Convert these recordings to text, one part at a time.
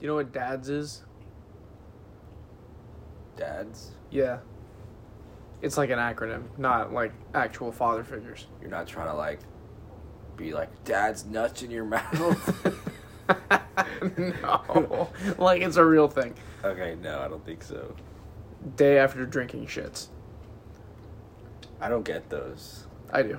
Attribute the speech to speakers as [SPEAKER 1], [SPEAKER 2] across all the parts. [SPEAKER 1] You know what dads is?
[SPEAKER 2] Dads,
[SPEAKER 1] Yeah. It's like an acronym, not like actual father figures.
[SPEAKER 2] you're not trying to like be like dad's nuts in your mouth.
[SPEAKER 1] no. like it's a real thing.
[SPEAKER 2] okay, no, I don't think so.
[SPEAKER 1] Day after drinking shits.
[SPEAKER 2] I don't get those.
[SPEAKER 1] I do.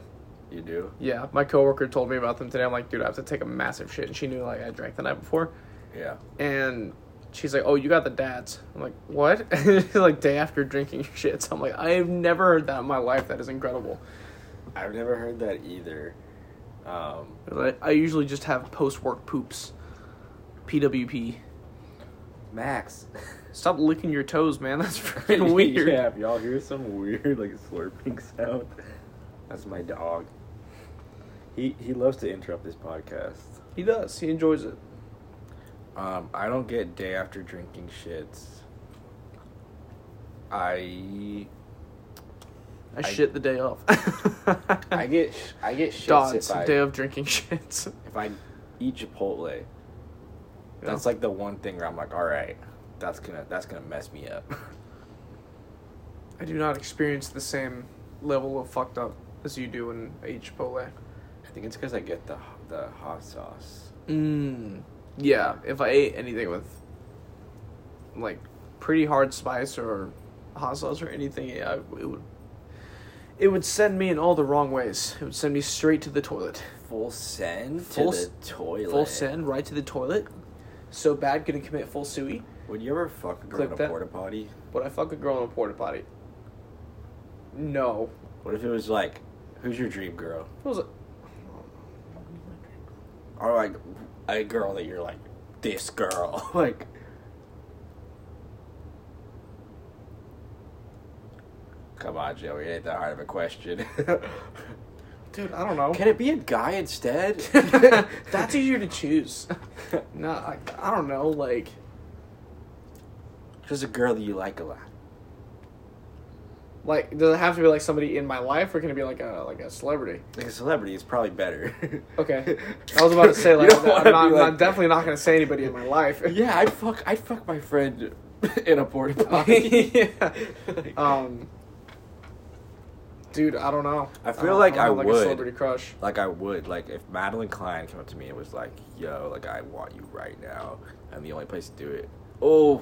[SPEAKER 2] You do?
[SPEAKER 1] Yeah. My coworker told me about them today. I'm like, dude, I have to take a massive shit. And she knew like I drank the night before.
[SPEAKER 2] Yeah.
[SPEAKER 1] And she's like, oh, you got the dads. I'm like, what? And she's like, day after drinking shits. I'm like, I have never heard that in my life. That is incredible.
[SPEAKER 2] I've never heard that either. Um,
[SPEAKER 1] Like, I usually just have post work poops. PWP.
[SPEAKER 2] Max.
[SPEAKER 1] Stop licking your toes, man. That's freaking weird.
[SPEAKER 2] yeah, if y'all hear some weird like slurping sound, that's my dog. He he loves to interrupt this podcast.
[SPEAKER 1] He does. He enjoys it.
[SPEAKER 2] Um, I don't get day after drinking shits. I
[SPEAKER 1] I,
[SPEAKER 2] I-
[SPEAKER 1] shit the day off.
[SPEAKER 2] I get sh- I get shits
[SPEAKER 1] Dots,
[SPEAKER 2] if I
[SPEAKER 1] day of drinking shits.
[SPEAKER 2] if I eat Chipotle. That's like the one thing where I'm like, all right, that's gonna that's gonna mess me up.
[SPEAKER 1] I do not experience the same level of fucked up as you do in a Chipotle.
[SPEAKER 2] I think it's because I get the the hot sauce.
[SPEAKER 1] Mmm. Yeah, if I ate anything with like pretty hard spice or hot sauce or anything, yeah, I- it would it would send me in all the wrong ways. It would send me straight to the toilet.
[SPEAKER 2] Full send
[SPEAKER 1] Full
[SPEAKER 2] to
[SPEAKER 1] s-
[SPEAKER 2] the toilet.
[SPEAKER 1] Full send right to the toilet. So bad, gonna commit full suey.
[SPEAKER 2] Would you ever fuck a girl in
[SPEAKER 1] Clip
[SPEAKER 2] a
[SPEAKER 1] that.
[SPEAKER 2] porta potty?
[SPEAKER 1] Would I fuck a girl in a porta potty? No.
[SPEAKER 2] What if it was like, who's your dream girl?
[SPEAKER 1] It was a-
[SPEAKER 2] Or like a girl that you're like, this girl. like, come on, Joey, it ain't that hard of a question.
[SPEAKER 1] dude, I don't know.
[SPEAKER 2] Can it be a guy instead?
[SPEAKER 1] That's easier to choose. No, I, I don't know. Like,
[SPEAKER 2] just a girl that you like a lot.
[SPEAKER 1] like does it have to be like somebody in my life, or can it be like a like a celebrity?
[SPEAKER 2] Like a celebrity is probably better.
[SPEAKER 1] Okay, I was about to say
[SPEAKER 2] You
[SPEAKER 1] like
[SPEAKER 2] don't
[SPEAKER 1] I'm, not,
[SPEAKER 2] wanna
[SPEAKER 1] I'm
[SPEAKER 2] be
[SPEAKER 1] not-
[SPEAKER 2] like-
[SPEAKER 1] definitely not gonna say anybody in my life.
[SPEAKER 2] Yeah, I'd fuck. I'd fuck my friend in a porta potty.
[SPEAKER 1] Um. Dude, I don't know.
[SPEAKER 2] I feel
[SPEAKER 1] don't-
[SPEAKER 2] like
[SPEAKER 1] don't
[SPEAKER 2] I
[SPEAKER 1] have, like a
[SPEAKER 2] would.
[SPEAKER 1] celebrity crush.
[SPEAKER 2] like I would. Like if Madeline Klein came up to me and was like, "Yo, like I want you right now," and the only place to do it. Oh,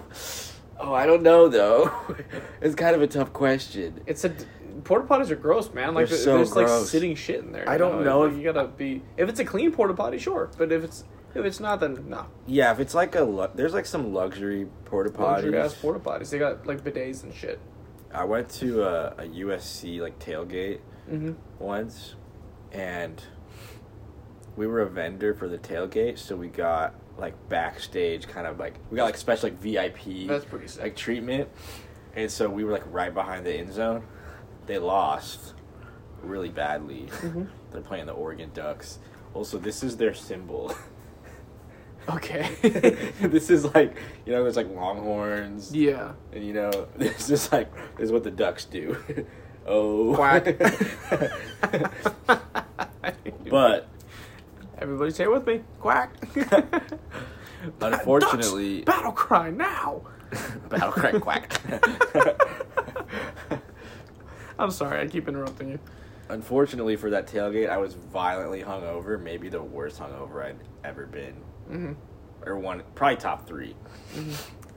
[SPEAKER 2] oh, I don't know though. it's kind of a tough question.
[SPEAKER 1] It's a d- porta potties are gross, man. Like
[SPEAKER 2] They're
[SPEAKER 1] the-
[SPEAKER 2] so
[SPEAKER 1] there's like
[SPEAKER 2] gross.
[SPEAKER 1] sitting shit in there.
[SPEAKER 2] I
[SPEAKER 1] you
[SPEAKER 2] don't know
[SPEAKER 1] Like,
[SPEAKER 2] if-
[SPEAKER 1] you gotta be if it's a clean porta potty, sure. But if it's if it's not, then no.
[SPEAKER 2] Yeah, if it's like a lu- there's like some luxury porta
[SPEAKER 1] Luxury ass
[SPEAKER 2] potties.
[SPEAKER 1] porta potties. They got like bidets and shit.
[SPEAKER 2] I went to a, a USC like tailgate
[SPEAKER 1] Mm-hmm.
[SPEAKER 2] once, and we were a vendor for the tailgate, so we got like backstage kind of like we got like special like VIP.
[SPEAKER 1] That's pretty sick.
[SPEAKER 2] like treatment, and so we were like right behind the end zone. They lost really badly. They're playing the Oregon Ducks. Also, this is their symbol.
[SPEAKER 1] Okay.
[SPEAKER 2] this is like you know, there's like Longhorns,
[SPEAKER 1] yeah.
[SPEAKER 2] and you know, this is like this is what the Ducks do. oh,
[SPEAKER 1] Quack.
[SPEAKER 2] but
[SPEAKER 1] everybody say it with me. Quack.
[SPEAKER 2] Unfortunately-
[SPEAKER 1] Ducks, battle cry now.
[SPEAKER 2] battle cry quack.
[SPEAKER 1] I'm sorry, I keep interrupting you.
[SPEAKER 2] Unfortunately for that tailgate, I was violently hungover. Maybe the worst hungover I'd ever been,
[SPEAKER 1] Mm-hmm.
[SPEAKER 2] or one probably top 3 Mm-hmm.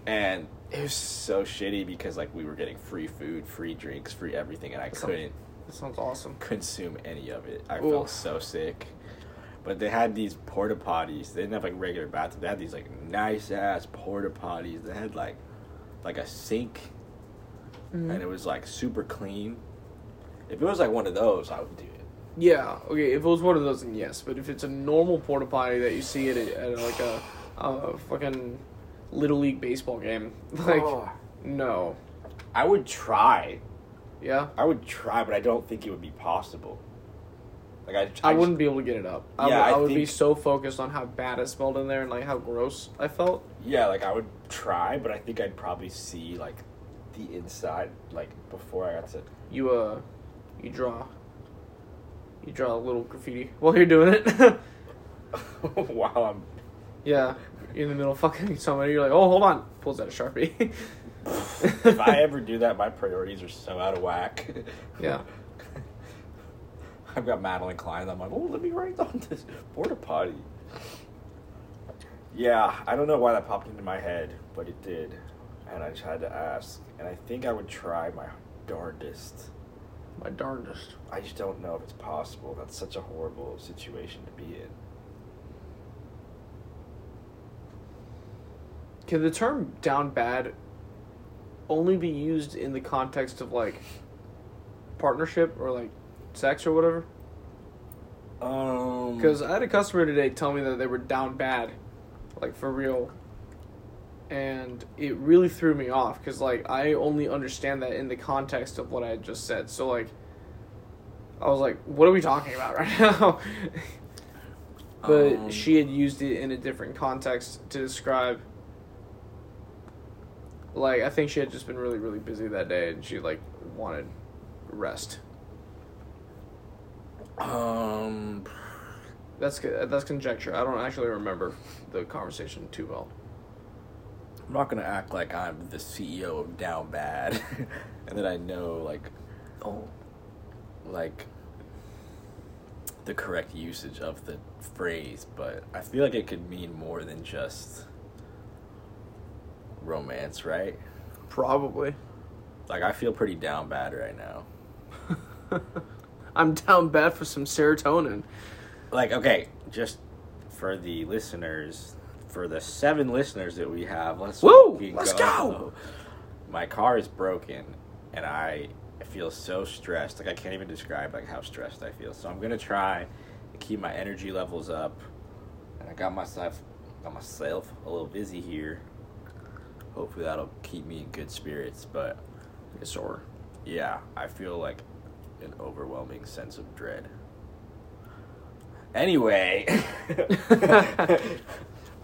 [SPEAKER 2] And it was so shitty because like we were getting free food, free drinks, free everything, and I couldn't
[SPEAKER 1] That sounds awesome.
[SPEAKER 2] consume any of it. I
[SPEAKER 1] Oof.
[SPEAKER 2] felt so sick. But they had these porta potties. They didn't have like regular bathrooms. They had these like nice ass porta potties. They had like like a sink,
[SPEAKER 1] Mm-hmm.
[SPEAKER 2] and it was like super clean. If it was like one of those, I would do it.
[SPEAKER 1] Yeah. Okay. If it was one of those, then yes. But if it's a normal porta potty that you see at, a, at like a, a fucking little league baseball game, like
[SPEAKER 2] Oh.
[SPEAKER 1] no.
[SPEAKER 2] I would try.
[SPEAKER 1] Yeah.
[SPEAKER 2] I would try, but I don't think it would be possible. Like I,
[SPEAKER 1] I, wouldn't be able to get it up. I
[SPEAKER 2] Yeah,
[SPEAKER 1] would,
[SPEAKER 2] I
[SPEAKER 1] I would be
[SPEAKER 2] think-
[SPEAKER 1] so focused on how bad it smelled in there and like how gross I felt.
[SPEAKER 2] Yeah, like I would try, but I think I'd probably see like the inside, like before I got to.
[SPEAKER 1] You uh, you draw. You draw a little graffiti while you're doing it.
[SPEAKER 2] wow, I'm
[SPEAKER 1] yeah. You're in the middle of fucking somebody. You're like, oh, hold on. Pulls out a sharpie.
[SPEAKER 2] if I ever do that, my priorities are so out of whack.
[SPEAKER 1] Yeah.
[SPEAKER 2] I've got Madeline Klein. I'm like, oh, let me write on this border potty. Yeah, I don't know why that popped into my head, but it did, and I just had to ask. And I think I would try my darndest.
[SPEAKER 1] My darndest.
[SPEAKER 2] I just don't know if it's possible. That's such a horrible situation to be in.
[SPEAKER 1] Can the term down bad only be used in the context of like partnership or like sex or whatever?
[SPEAKER 2] Um,
[SPEAKER 1] Because I had a customer today tell me that they were down bad, like for real. And it really threw me off because, like, I only understand that in the context of what I had just said. So, like, I was like, what are we talking about right now? but
[SPEAKER 2] Um,
[SPEAKER 1] she had used it in a different context to describe. Like, I think she had just been really, really busy that day and she, like, wanted rest.
[SPEAKER 2] um,
[SPEAKER 1] That's that's conjecture. I don't actually remember the conversation too well.
[SPEAKER 2] I'm not gonna act like I'm the CEO of Down Bad, and that I know like, oh, like the correct usage of the phrase, but I feel like it could mean more than just romance, right?
[SPEAKER 1] Probably.
[SPEAKER 2] Like I feel pretty down bad right now.
[SPEAKER 1] I'm down bad for some serotonin.
[SPEAKER 2] Like okay, just for the listeners, for the seven listeners that we have, let's
[SPEAKER 1] Woo!
[SPEAKER 2] fucking
[SPEAKER 1] Let's go!
[SPEAKER 2] My car is broken, and I feel so stressed. Like I can't even describe like how stressed I feel. So I'm gonna try to keep my energy levels up, and I got myself got myself a little busy here. Hopefully that'll keep me in good spirits, but
[SPEAKER 1] Yes, or
[SPEAKER 2] yeah, I feel like an overwhelming sense of dread. Anyway,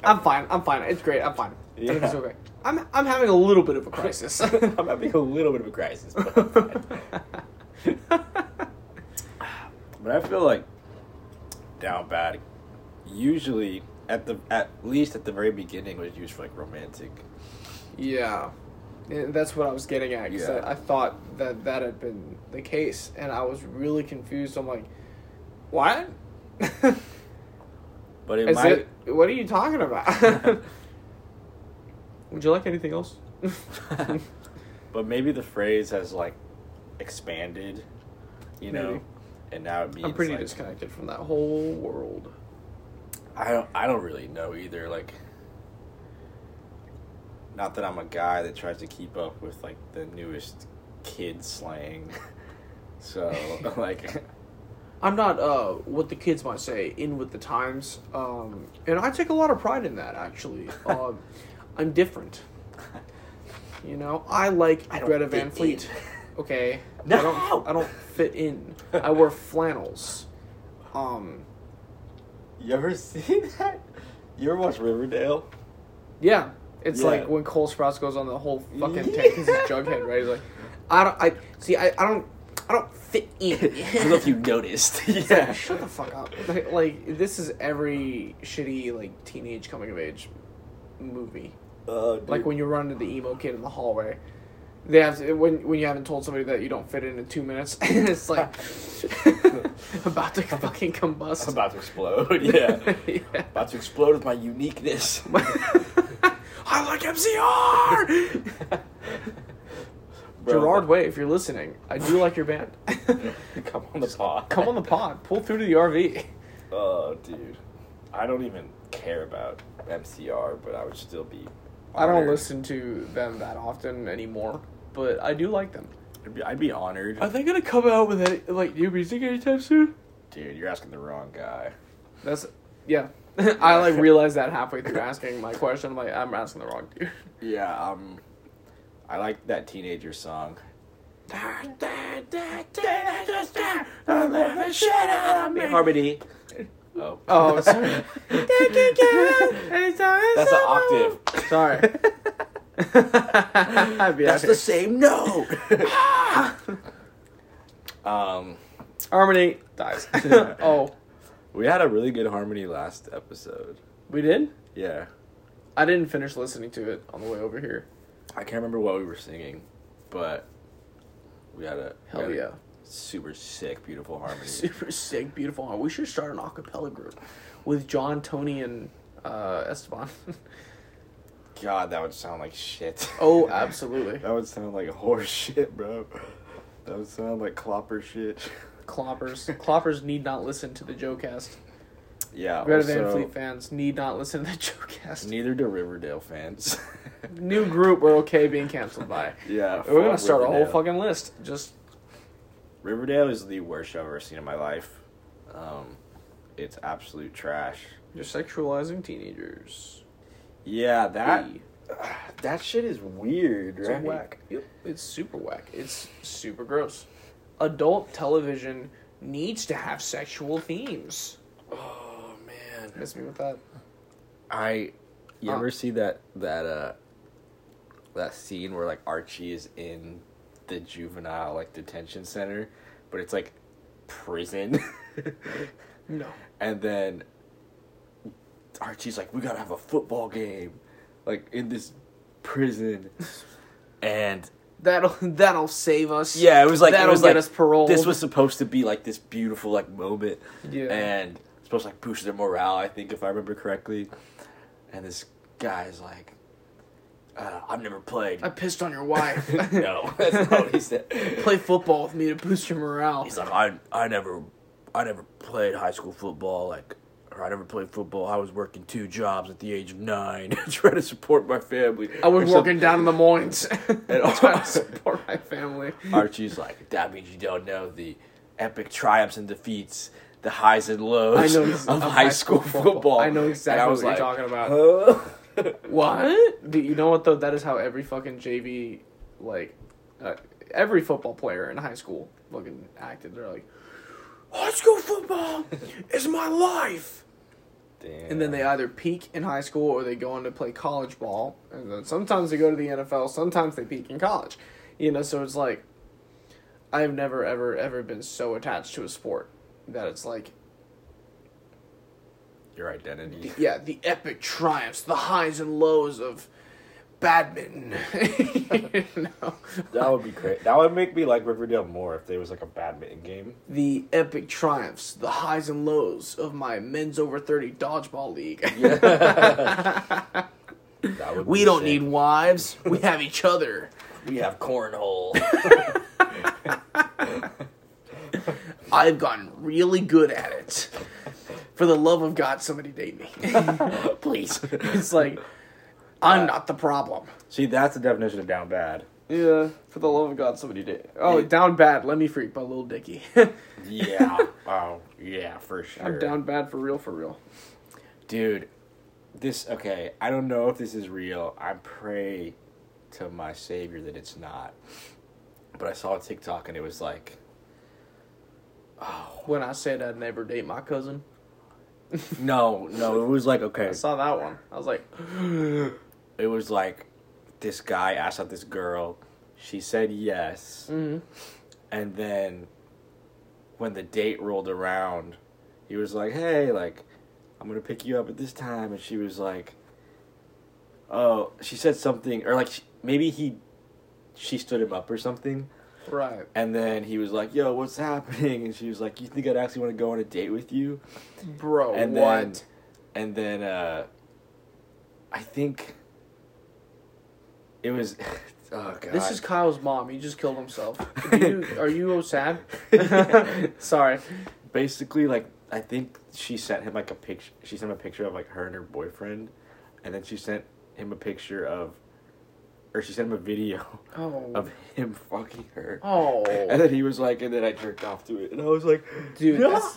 [SPEAKER 1] I'm fine. I'm fine. It's great. I'm fine.
[SPEAKER 2] Yeah.
[SPEAKER 1] It's okay. I'm I'm having a little bit of a crisis.
[SPEAKER 2] I'm having a little bit of a crisis, but, I'm fine. but I feel like down bad. Usually, at the at least at the very beginning, was used for like romantic.
[SPEAKER 1] yeah, And that's what I was getting at. 'cause
[SPEAKER 2] Yeah.
[SPEAKER 1] I, I thought that that had been the case, and I was really confused. I'm like, what?
[SPEAKER 2] But it
[SPEAKER 1] Is
[SPEAKER 2] might.
[SPEAKER 1] it? What are you talking about? Would you like anything else?
[SPEAKER 2] but maybe the phrase has like expanded, you know,
[SPEAKER 1] Maybe.
[SPEAKER 2] and now it means
[SPEAKER 1] I'm pretty
[SPEAKER 2] like,
[SPEAKER 1] disconnected from that whole world.
[SPEAKER 2] I don't I don't really know either. Like not that I'm a guy that tries to keep up with like the newest kid slang. so like
[SPEAKER 1] I'm not uh, what the kids might say in with the times, um, and I take a lot of pride in that. Actually, um, I'm different. You know, I like
[SPEAKER 2] I don't
[SPEAKER 1] Greta Van
[SPEAKER 2] fit
[SPEAKER 1] Fleet.
[SPEAKER 2] in.
[SPEAKER 1] Okay,
[SPEAKER 2] No!
[SPEAKER 1] I don't. I don't fit in. I wear flannels. Um,
[SPEAKER 2] You ever seen that? You ever watch Riverdale?
[SPEAKER 1] yeah, it's
[SPEAKER 2] Yeah.
[SPEAKER 1] like when Cole Sprouse goes on the whole fucking
[SPEAKER 2] Yeah.
[SPEAKER 1] tank 'cause he's Jughead, right? He's like, I don't. I see. I, I don't. I don't fit in.
[SPEAKER 2] I don't know if you noticed. yeah.
[SPEAKER 1] Shut the fuck up. Like, like, this is every shitty like teenage coming of age movie.
[SPEAKER 2] Oh, dude.
[SPEAKER 1] Like when you run into the emo kid in the hallway. They have to, when when you haven't told somebody that you don't fit in in two minutes, and it's like about to fucking combust.
[SPEAKER 2] I'm about to explode. Yeah.
[SPEAKER 1] Yeah.
[SPEAKER 2] about to explode with my uniqueness.
[SPEAKER 1] I like MCR.
[SPEAKER 2] Bro,
[SPEAKER 1] Gerard Way, if you're listening, I do like your band.
[SPEAKER 2] Come on the pod.
[SPEAKER 1] Come on the pod, pull through to the RV.
[SPEAKER 2] Oh, dude. I don't even care about MCR, but I would still be.
[SPEAKER 1] I don't
[SPEAKER 2] honored.
[SPEAKER 1] listen to them that often anymore, but I do like them.
[SPEAKER 2] I'd be, I'd be honored.
[SPEAKER 1] Are they gonna come out with any, like new music anytime soon?
[SPEAKER 2] Dude, you're asking the wrong guy.
[SPEAKER 1] That's yeah. I like realized that halfway through asking my question. I'm like, I'm asking the wrong dude.
[SPEAKER 2] Yeah, um. I like that teenager song. Harmony. Oh.
[SPEAKER 1] Oh, sorry.
[SPEAKER 2] That's an octave.
[SPEAKER 1] Sorry. I'd be out
[SPEAKER 2] That's
[SPEAKER 1] here.
[SPEAKER 2] the same note. um,
[SPEAKER 1] harmony dies. oh,
[SPEAKER 2] we had a really good harmony last episode.
[SPEAKER 1] we did.
[SPEAKER 2] Yeah.
[SPEAKER 1] I didn't finish listening to it on the way over here.
[SPEAKER 2] I can't remember what we were singing, but we had a we
[SPEAKER 1] Hell
[SPEAKER 2] had a
[SPEAKER 1] yeah.
[SPEAKER 2] super sick, beautiful harmony.
[SPEAKER 1] Super sick, beautiful. We should start an a cappella group with John, Tony, and uh, Esteban.
[SPEAKER 2] God, that would sound like shit.
[SPEAKER 1] oh, absolutely.
[SPEAKER 2] that would sound like horse shit, bro. That would sound like clopper shit.
[SPEAKER 1] Cloppers. Cloppers need not listen to the Joe cast.
[SPEAKER 2] Yeah.
[SPEAKER 1] Greta
[SPEAKER 2] also,
[SPEAKER 1] Van Fleet fans need not listen to the Joe cast.
[SPEAKER 2] Neither do Riverdale fans.
[SPEAKER 1] New group we're okay being canceled by.
[SPEAKER 2] yeah. fuck
[SPEAKER 1] We're gonna start a whole
[SPEAKER 2] Riverdale.
[SPEAKER 1] fucking list. Just
[SPEAKER 2] Riverdale is the worst show I've ever seen in my life. Um, it's absolute trash.
[SPEAKER 1] you're sexualizing teenagers.
[SPEAKER 2] Yeah, that
[SPEAKER 1] Hey.
[SPEAKER 2] that shit is weird,
[SPEAKER 1] It's
[SPEAKER 2] right?
[SPEAKER 1] whack. Yep, it's super whack. It's super gross. Adult television needs to have sexual themes.
[SPEAKER 2] Oh man.
[SPEAKER 1] Miss me with that.
[SPEAKER 2] I you
[SPEAKER 1] Uh.
[SPEAKER 2] ever see that that uh that scene where like Archie is in the juvenile like detention center, but it's like prison.
[SPEAKER 1] No.
[SPEAKER 2] and then Archie's like, "We gotta have a football game, like in this prison," and
[SPEAKER 1] That'll that'll save us.
[SPEAKER 2] yeah, it was like
[SPEAKER 1] that'll
[SPEAKER 2] it was
[SPEAKER 1] get
[SPEAKER 2] like
[SPEAKER 1] us paroled.
[SPEAKER 2] this was supposed to be like this beautiful like moment,
[SPEAKER 1] Yeah.
[SPEAKER 2] and it's supposed to like boost their morale. I think if I remember correctly, and this guy's like, uh, "I've never played."
[SPEAKER 1] I pissed on your wife.
[SPEAKER 2] no, that's not what he said.
[SPEAKER 1] Play football with me to boost your morale.
[SPEAKER 2] He's like, I, I never, I never played high school football. Like, or I never played football. I was working two jobs at the age of nine, trying to support my family.
[SPEAKER 1] I was
[SPEAKER 2] Or something.
[SPEAKER 1] working down in the Moines trying to support my family.
[SPEAKER 2] Archie's like, that means you don't know the epic triumphs and defeats, the highs and lows
[SPEAKER 1] I know
[SPEAKER 2] of, high school, football.
[SPEAKER 1] I know
[SPEAKER 2] And
[SPEAKER 1] exactly
[SPEAKER 2] I
[SPEAKER 1] what
[SPEAKER 2] was
[SPEAKER 1] you're
[SPEAKER 2] like,
[SPEAKER 1] talking about.
[SPEAKER 2] Huh?
[SPEAKER 1] What? Do you know what though? That is how every fucking JV, like, uh, every football player in high school fucking acted. They're like, high school football is my life.
[SPEAKER 2] Damn.
[SPEAKER 1] And then they either peak in high school or they go on to play college ball. And then sometimes they go to the NFL. Sometimes they peak in college. You know, so it's like, I've never ever ever been so attached to a sport that it's like
[SPEAKER 2] your identity.
[SPEAKER 1] yeah, the epic triumphs, the highs and lows of badminton. you know,
[SPEAKER 2] That would be great. That would make me like Riverdale more if there was like a badminton game.
[SPEAKER 1] the epic triumphs, the highs and lows of my men's over 30 dodgeball league.
[SPEAKER 2] That would
[SPEAKER 1] we
[SPEAKER 2] be
[SPEAKER 1] don't
[SPEAKER 2] sick.
[SPEAKER 1] need wives, we have each other.
[SPEAKER 2] We have cornhole.
[SPEAKER 1] I've gotten really good at it. For the love of God, somebody date me. Please. It's like, I'm not the problem.
[SPEAKER 2] See, that's the definition of down bad.
[SPEAKER 1] Yeah, for the love of God, somebody date. Oh,
[SPEAKER 2] Yeah.
[SPEAKER 1] down bad. Let me freak by Lil Dicky.
[SPEAKER 2] Yeah. oh, yeah, for sure.
[SPEAKER 1] I'm down bad for real, for real.
[SPEAKER 2] Dude, this, okay, I don't know if this is real. I pray to my savior that it's not. But I saw a TikTok and it was like,
[SPEAKER 1] When I said I'd never date my cousin,
[SPEAKER 2] no, no, it was like, okay.
[SPEAKER 1] I saw that one. I was like,
[SPEAKER 2] It was like, this guy asked out this girl. She said yes.
[SPEAKER 1] mm,
[SPEAKER 2] And then when the date rolled around, he was like, "Hey, like I'm going to pick you up at this time." And she was like, "Oh, she said something or like she, maybe he she stood him up or something."
[SPEAKER 1] right.
[SPEAKER 2] And then he was like, "Yo, what's happening?" And she was like, "You think I'd actually want to go on a date with you?"
[SPEAKER 1] Bro,
[SPEAKER 2] and
[SPEAKER 1] what?
[SPEAKER 2] then and then uh I think it was oh god.
[SPEAKER 1] This is Kyle's mom. He just killed himself. Do you, are you sad? Sorry.
[SPEAKER 2] basically like I think she sent him like a picture. She sent him a picture of like her and her boyfriend, and then she sent him a picture of, or she sent him a video
[SPEAKER 1] Oh.
[SPEAKER 2] of him fucking her. And
[SPEAKER 1] Oh.
[SPEAKER 2] then he was like, and then I jerked off to it, and I was like,
[SPEAKER 1] Dude,
[SPEAKER 2] no!
[SPEAKER 1] that's-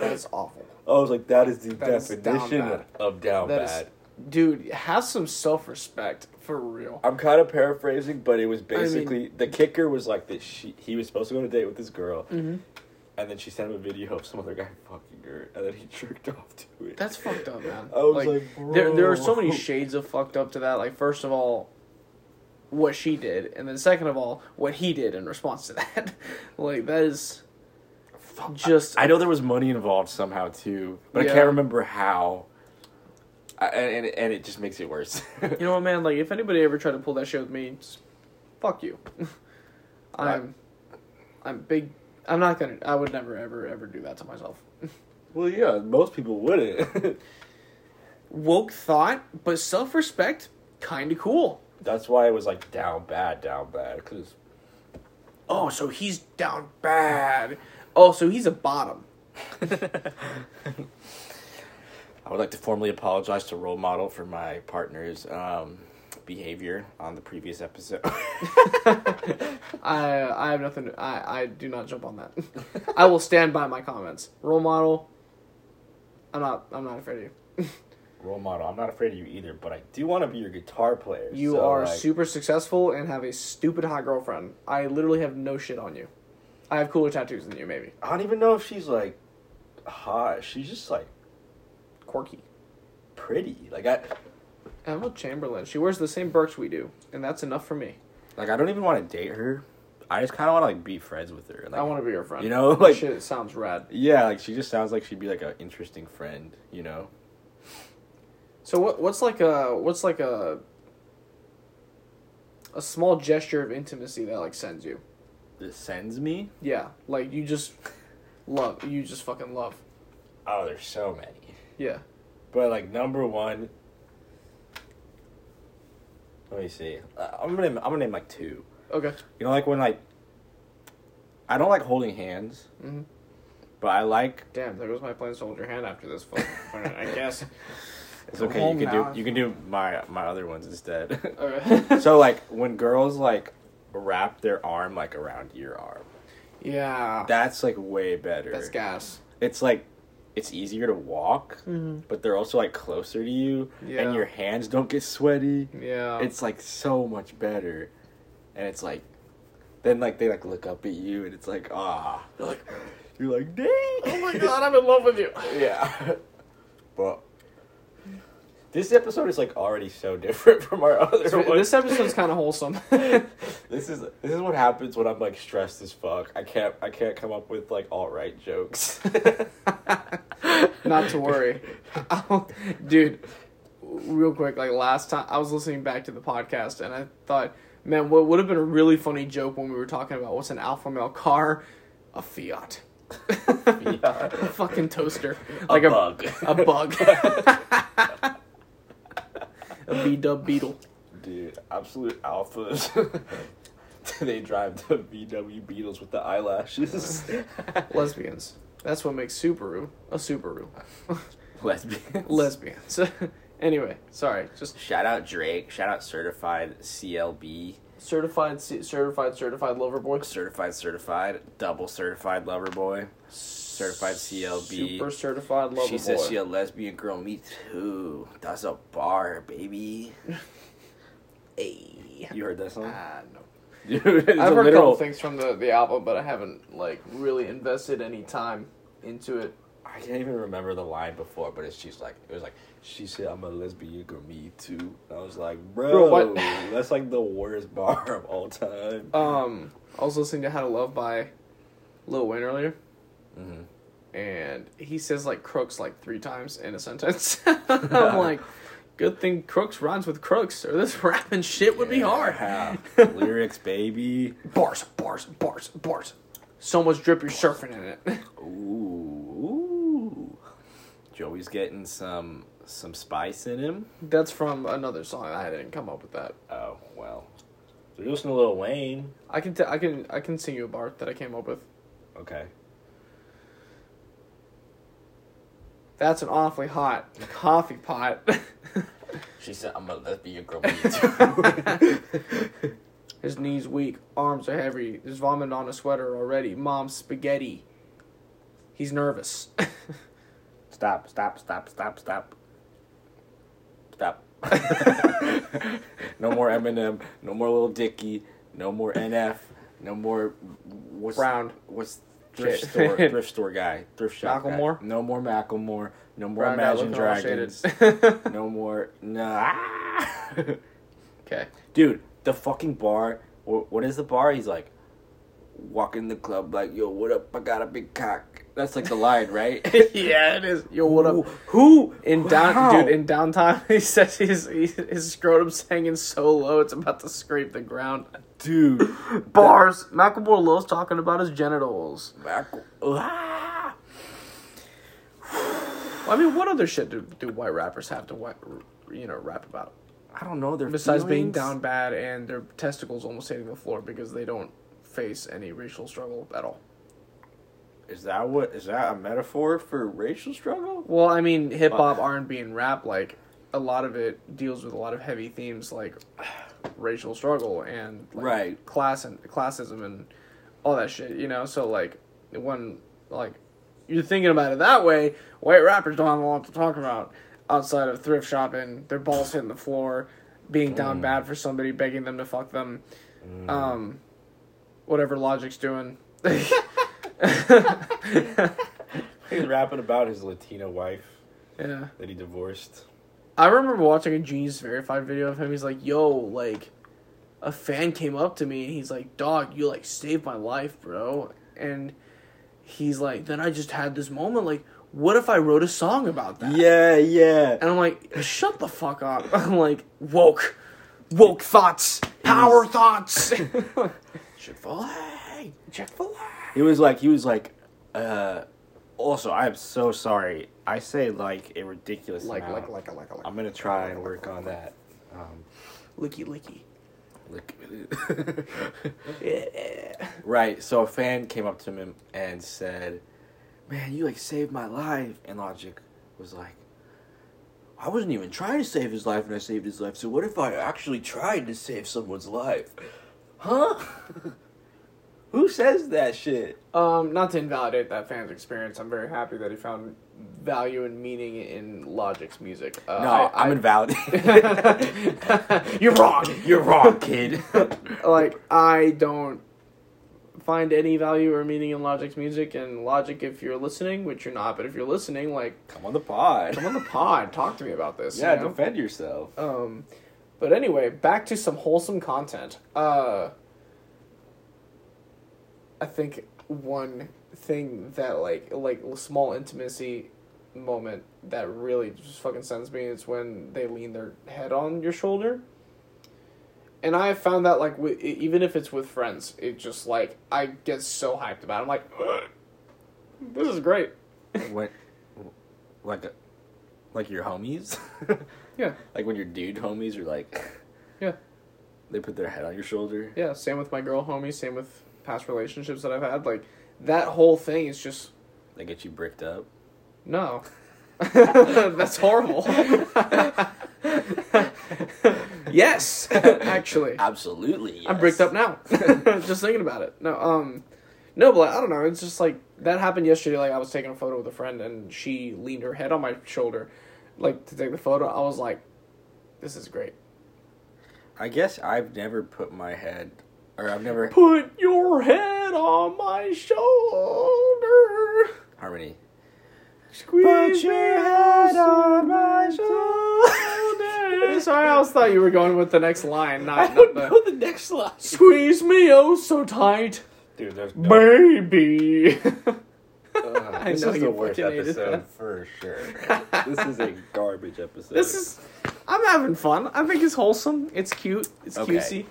[SPEAKER 1] That is awful.
[SPEAKER 2] I was like, that is the
[SPEAKER 1] That is down
[SPEAKER 2] definition
[SPEAKER 1] bad.
[SPEAKER 2] of down
[SPEAKER 1] That is.
[SPEAKER 2] bad.
[SPEAKER 1] Dude, have some self respect for real.
[SPEAKER 2] I'm kind of paraphrasing, but it was basically the kicker was like that. She he was supposed to go on a date with this girl,
[SPEAKER 1] Mhm.
[SPEAKER 2] and then she sent him a video of some other guy fucking her, and then he jerked off to it.
[SPEAKER 1] That's fucked up, man.
[SPEAKER 2] I was like,
[SPEAKER 1] there, there are so
[SPEAKER 2] bro.
[SPEAKER 1] many shades of fucked up to that. Like, first of all, what she did, and then second of all, what he did in response to that. like, that is just
[SPEAKER 2] I know there was money involved somehow too, but I
[SPEAKER 1] Yeah.
[SPEAKER 2] can't remember how. I I, and and it just makes it worse.
[SPEAKER 1] You know what, man? Like, if anybody ever tried to pull that shit with me, just fuck you. I'm, I'm big. I'm not gonna. I would never, ever, ever do that to myself.
[SPEAKER 2] well, yeah, most people wouldn't.
[SPEAKER 1] Woke thought, but self respect, kind of cool.
[SPEAKER 2] That's why it was like down bad, down bad, because
[SPEAKER 1] Oh, so he's down bad. Oh, so he's a bottom.
[SPEAKER 2] I would like to formally apologize to role model for my partner's um, behavior on the previous episode.
[SPEAKER 1] I I have nothing. To, I I do not jump on that. I will stand by my comments. Role model. I'm not. I'm not afraid of you.
[SPEAKER 2] role model, I'm not afraid of you either, but I do want to be your guitar player.
[SPEAKER 1] You
[SPEAKER 2] so,
[SPEAKER 1] are
[SPEAKER 2] like,
[SPEAKER 1] super successful and have a stupid hot girlfriend. I literally have no shit on you. I have cooler tattoos than you, maybe.
[SPEAKER 2] I don't even know if she's like hot. She's just like
[SPEAKER 1] Quirky.
[SPEAKER 2] pretty. Like I,
[SPEAKER 1] Emma Chamberlain. She wears the same Birks we do, and that's enough for me.
[SPEAKER 2] like I don't even want to date her. I just kind of want to like be friends with her. Like,
[SPEAKER 1] I want to be your friend.
[SPEAKER 2] you know,
[SPEAKER 1] That
[SPEAKER 2] like-
[SPEAKER 1] shit it sounds rad.
[SPEAKER 2] Yeah, like she just sounds like she'd be like an interesting friend. You know.
[SPEAKER 1] So what? What's like a? What's like a? A small gesture of intimacy that like sends you.
[SPEAKER 2] That sends me.
[SPEAKER 1] Yeah, like you just love. You just fucking love.
[SPEAKER 2] Oh, there's so many.
[SPEAKER 1] Yeah.
[SPEAKER 2] But like number one, let me see. Uh, I'm gonna I'm gonna name like two.
[SPEAKER 1] Okay.
[SPEAKER 2] You know, like when like I don't like holding hands,
[SPEAKER 1] Mhm.
[SPEAKER 2] but I like
[SPEAKER 1] Damn, there goes my plans to hold your hand after this. Fuck. All right, I guess.
[SPEAKER 2] it's
[SPEAKER 1] Go
[SPEAKER 2] okay.
[SPEAKER 1] home
[SPEAKER 2] You can
[SPEAKER 1] now.
[SPEAKER 2] do you can do my my other ones instead.
[SPEAKER 1] Okay.
[SPEAKER 2] so like when girls like wrap their arm like around your arm,
[SPEAKER 1] yeah.
[SPEAKER 2] that's like way better.
[SPEAKER 1] That's gas.
[SPEAKER 2] it's like it's easier to walk, but they're also like closer to you,
[SPEAKER 1] Mm-hmm. Yeah.
[SPEAKER 2] and your hands don't get sweaty.
[SPEAKER 1] Yeah.
[SPEAKER 2] it's like so much better and it's like then like they like look up at you and it's like ah They're like you're like dang
[SPEAKER 1] oh my god, I'm in love with you.
[SPEAKER 2] yeah but this episode is like already so different from our other ones.
[SPEAKER 1] This episode's kind of wholesome.
[SPEAKER 2] this is this is what happens when I'm like stressed as fuck. I can't I can't come up with like all right jokes.
[SPEAKER 1] Not to worry, I'll- dude. Real quick, like last time, I was listening back to the podcast and I thought, man, what would have been a really funny joke when we were talking about what's an alpha male car? A Fiat. a fucking toaster. Like a,
[SPEAKER 2] bug.
[SPEAKER 1] A bug. a B dub beetle.
[SPEAKER 2] Dude, absolute alphas. they drive the VW Beetles with the eyelashes.
[SPEAKER 1] Lesbians. That's what makes Subaru a Subaru.
[SPEAKER 2] Lesbian.
[SPEAKER 1] Lesbians. anyway, sorry. Just
[SPEAKER 2] Shout out Drake. Shout out certified CLB.
[SPEAKER 1] certified, c- certified, certified lover boy.
[SPEAKER 2] Certified, certified, double certified lover boy. Certified CLB.
[SPEAKER 1] Super certified lover
[SPEAKER 2] she
[SPEAKER 1] boy.
[SPEAKER 2] says she a lesbian girl. Me too. That's a bar, baby.
[SPEAKER 1] Ayy.
[SPEAKER 2] You heard that song?
[SPEAKER 1] Ah, no.
[SPEAKER 2] Dude,
[SPEAKER 1] I've
[SPEAKER 2] it's a
[SPEAKER 1] heard a
[SPEAKER 2] literal.
[SPEAKER 1] couple things from the, the album, but I haven't like really invested any time into it.
[SPEAKER 2] I can't even remember the line before, but it's she's like it was like she said I'm a lesbian girl. Me too. And I was like, bro, Uh,
[SPEAKER 1] what?"
[SPEAKER 2] that's like the worst bar of all time.
[SPEAKER 1] Um, I was listening to How to Love by Lil Wayne earlier,
[SPEAKER 2] hmm
[SPEAKER 1] and he says like crooks like three times in a sentence. I'm like, good thing crooks rhymes with crooks, or this rapping shit would be hard.
[SPEAKER 2] Yeah. Lyrics, baby.
[SPEAKER 1] Bars, bars, bars, bars. So much drip, you're surfing in it.
[SPEAKER 2] Ooh, ooh. Joey's getting some some spice in him.
[SPEAKER 1] That's from another song. I didn't come up with that.
[SPEAKER 2] Oh well. So you're listening to Lil Wayne.
[SPEAKER 1] I can t- I can I can sing you a bar that I came up with.
[SPEAKER 2] Okay.
[SPEAKER 1] That's an awfully hot coffee pot.
[SPEAKER 2] She said, "I'm a lesbian girl." Me too.
[SPEAKER 1] His knees weak, arms are heavy. There's vomit on his sweater already. Mom's spaghetti. He's nervous.
[SPEAKER 2] stop! Stop! Stop! Stop! Stop! Stop! no more Eminem. No more Lil Dicky. No more NF. No more what's
[SPEAKER 1] Brown.
[SPEAKER 2] What's thrift
[SPEAKER 1] Shit.
[SPEAKER 2] store? Thrift store guy. Thrift shop. guy.
[SPEAKER 1] Macklemore?
[SPEAKER 2] No more Macklemore. No more
[SPEAKER 1] Brown guy
[SPEAKER 2] Imagine
[SPEAKER 1] looking all
[SPEAKER 2] Dragons.
[SPEAKER 1] shaded.
[SPEAKER 2] No more. Nah.
[SPEAKER 1] okay.
[SPEAKER 2] Dude, the fucking bar. wh- What is the bar? He's like, walk in the club like, yo, what up? I got a big cock. That's like the line, right?
[SPEAKER 1] yeah, it is. Yo, what up?
[SPEAKER 2] Who
[SPEAKER 1] In down,
[SPEAKER 2] Wow.
[SPEAKER 1] dude, in downtown, he says his his his scrotum's hanging so low it's about to scrape the ground.
[SPEAKER 2] dude.
[SPEAKER 1] Bars. Macklemore loves talking about his genitals.
[SPEAKER 2] Mac- Ah.
[SPEAKER 1] I mean, what other shit do, do white rappers have to white, you know rap about
[SPEAKER 2] I don't know. Their
[SPEAKER 1] besides being
[SPEAKER 2] feelings?
[SPEAKER 1] down bad and their testicles almost hitting the floor because they don't face any racial struggle at all?
[SPEAKER 2] Is that what? Is that a metaphor for racial struggle?
[SPEAKER 1] Well, I mean, hip hop, R and B, and rap like a lot of it deals with a lot of heavy themes like racial struggle and like,
[SPEAKER 2] Right.
[SPEAKER 1] class and classism and all that shit. You know, so like when like you're thinking about it that way, white rappers don't have a lot to talk about outside of thrift shopping, their balls hitting the floor, being down bad for somebody, begging them to fuck them, um, whatever Logic's doing.
[SPEAKER 2] He's rapping about his Latina wife
[SPEAKER 1] yeah.
[SPEAKER 2] that he divorced.
[SPEAKER 1] I remember watching a Genius Verified video of him. He's like, yo, like, a fan came up to me and he's like, dog, you, like, saved my life, bro. And he's like, then I just had this moment, like, what if I wrote a song about that?
[SPEAKER 2] Yeah, yeah.
[SPEAKER 1] And I'm like, shut the fuck up. I'm like, woke, woke thoughts, power thoughts. Chick fil A, Chick fil A.
[SPEAKER 2] He was like, he was like, uh, also, I'm so sorry. I say like a ridiculous
[SPEAKER 1] Like,
[SPEAKER 2] amount.
[SPEAKER 1] like, like, like, like,
[SPEAKER 2] I'm gonna try and work on that. Um,
[SPEAKER 1] licky, licky.
[SPEAKER 2] look.
[SPEAKER 1] Yeah.
[SPEAKER 2] right. So a fan came up to him and said, "Man, you like saved my life." And Logic was like, "I wasn't even trying to save his life, and I saved his life. So what if I actually tried to save someone's life? Huh? Who says that shit?"
[SPEAKER 1] Um, not to invalidate that fan's experience, I'm very happy that he found value and meaning in Logic's music. Uh,
[SPEAKER 2] No,
[SPEAKER 1] I-
[SPEAKER 2] I, am invalid.
[SPEAKER 1] I- You're wrong.
[SPEAKER 2] You're wrong, kid.
[SPEAKER 1] Like I don't find any value or meaning in Logic's music. And Logic, if you're listening, which you're not, but if you're listening, like
[SPEAKER 2] Come on the pod.
[SPEAKER 1] come on the pod, talk to me about this.
[SPEAKER 2] Yeah,
[SPEAKER 1] you know?
[SPEAKER 2] defend yourself.
[SPEAKER 1] Um, but anyway, back to some wholesome content. Uh, I think one thing that like like a small intimacy moment that really just fucking sends me is when they lean their head on your shoulder. And I have found that like with, e- even if it's with friends, it just like I get so hyped about. It. I'm like, "Ugh, this is great.
[SPEAKER 2] What, like, a, like your homies?
[SPEAKER 1] Yeah,
[SPEAKER 2] like when your dude homies are like,
[SPEAKER 1] yeah,
[SPEAKER 2] they put their head on your shoulder.
[SPEAKER 1] Yeah, same with my girl homies, same with past relationships that I've had. Like that whole thing is just
[SPEAKER 2] They get you bricked up.
[SPEAKER 1] no. That's horrible. yes, actually.
[SPEAKER 2] Absolutely.
[SPEAKER 1] I'm bricked up now. just thinking about it. No, um no, but I don't know. It's just like that happened yesterday. Like I was taking a photo with a friend, and she leaned her head on my shoulder, like to take the photo. I was like, "This is great."
[SPEAKER 2] I guess I've never put my head, or I've never
[SPEAKER 1] Put your head on my shoulder.
[SPEAKER 2] harmony.
[SPEAKER 1] Squeeze
[SPEAKER 2] your
[SPEAKER 1] me
[SPEAKER 2] head
[SPEAKER 1] so
[SPEAKER 2] on my
[SPEAKER 1] shoulder. Sorry, I always thought you were going with the next line, not, not the.
[SPEAKER 2] the next line.
[SPEAKER 1] Oh, Squeeze me oh so tight,
[SPEAKER 2] Dude, there's
[SPEAKER 1] baby.
[SPEAKER 2] Ugh,
[SPEAKER 1] I
[SPEAKER 2] this
[SPEAKER 1] know
[SPEAKER 2] is the
[SPEAKER 1] you
[SPEAKER 2] worst
[SPEAKER 1] fucking hated
[SPEAKER 2] episode
[SPEAKER 1] that.
[SPEAKER 2] for sure. this is a garbage episode.
[SPEAKER 1] this is. I'm having fun. I think it's wholesome. It's cute. It's
[SPEAKER 2] Okay.
[SPEAKER 1] cutesy.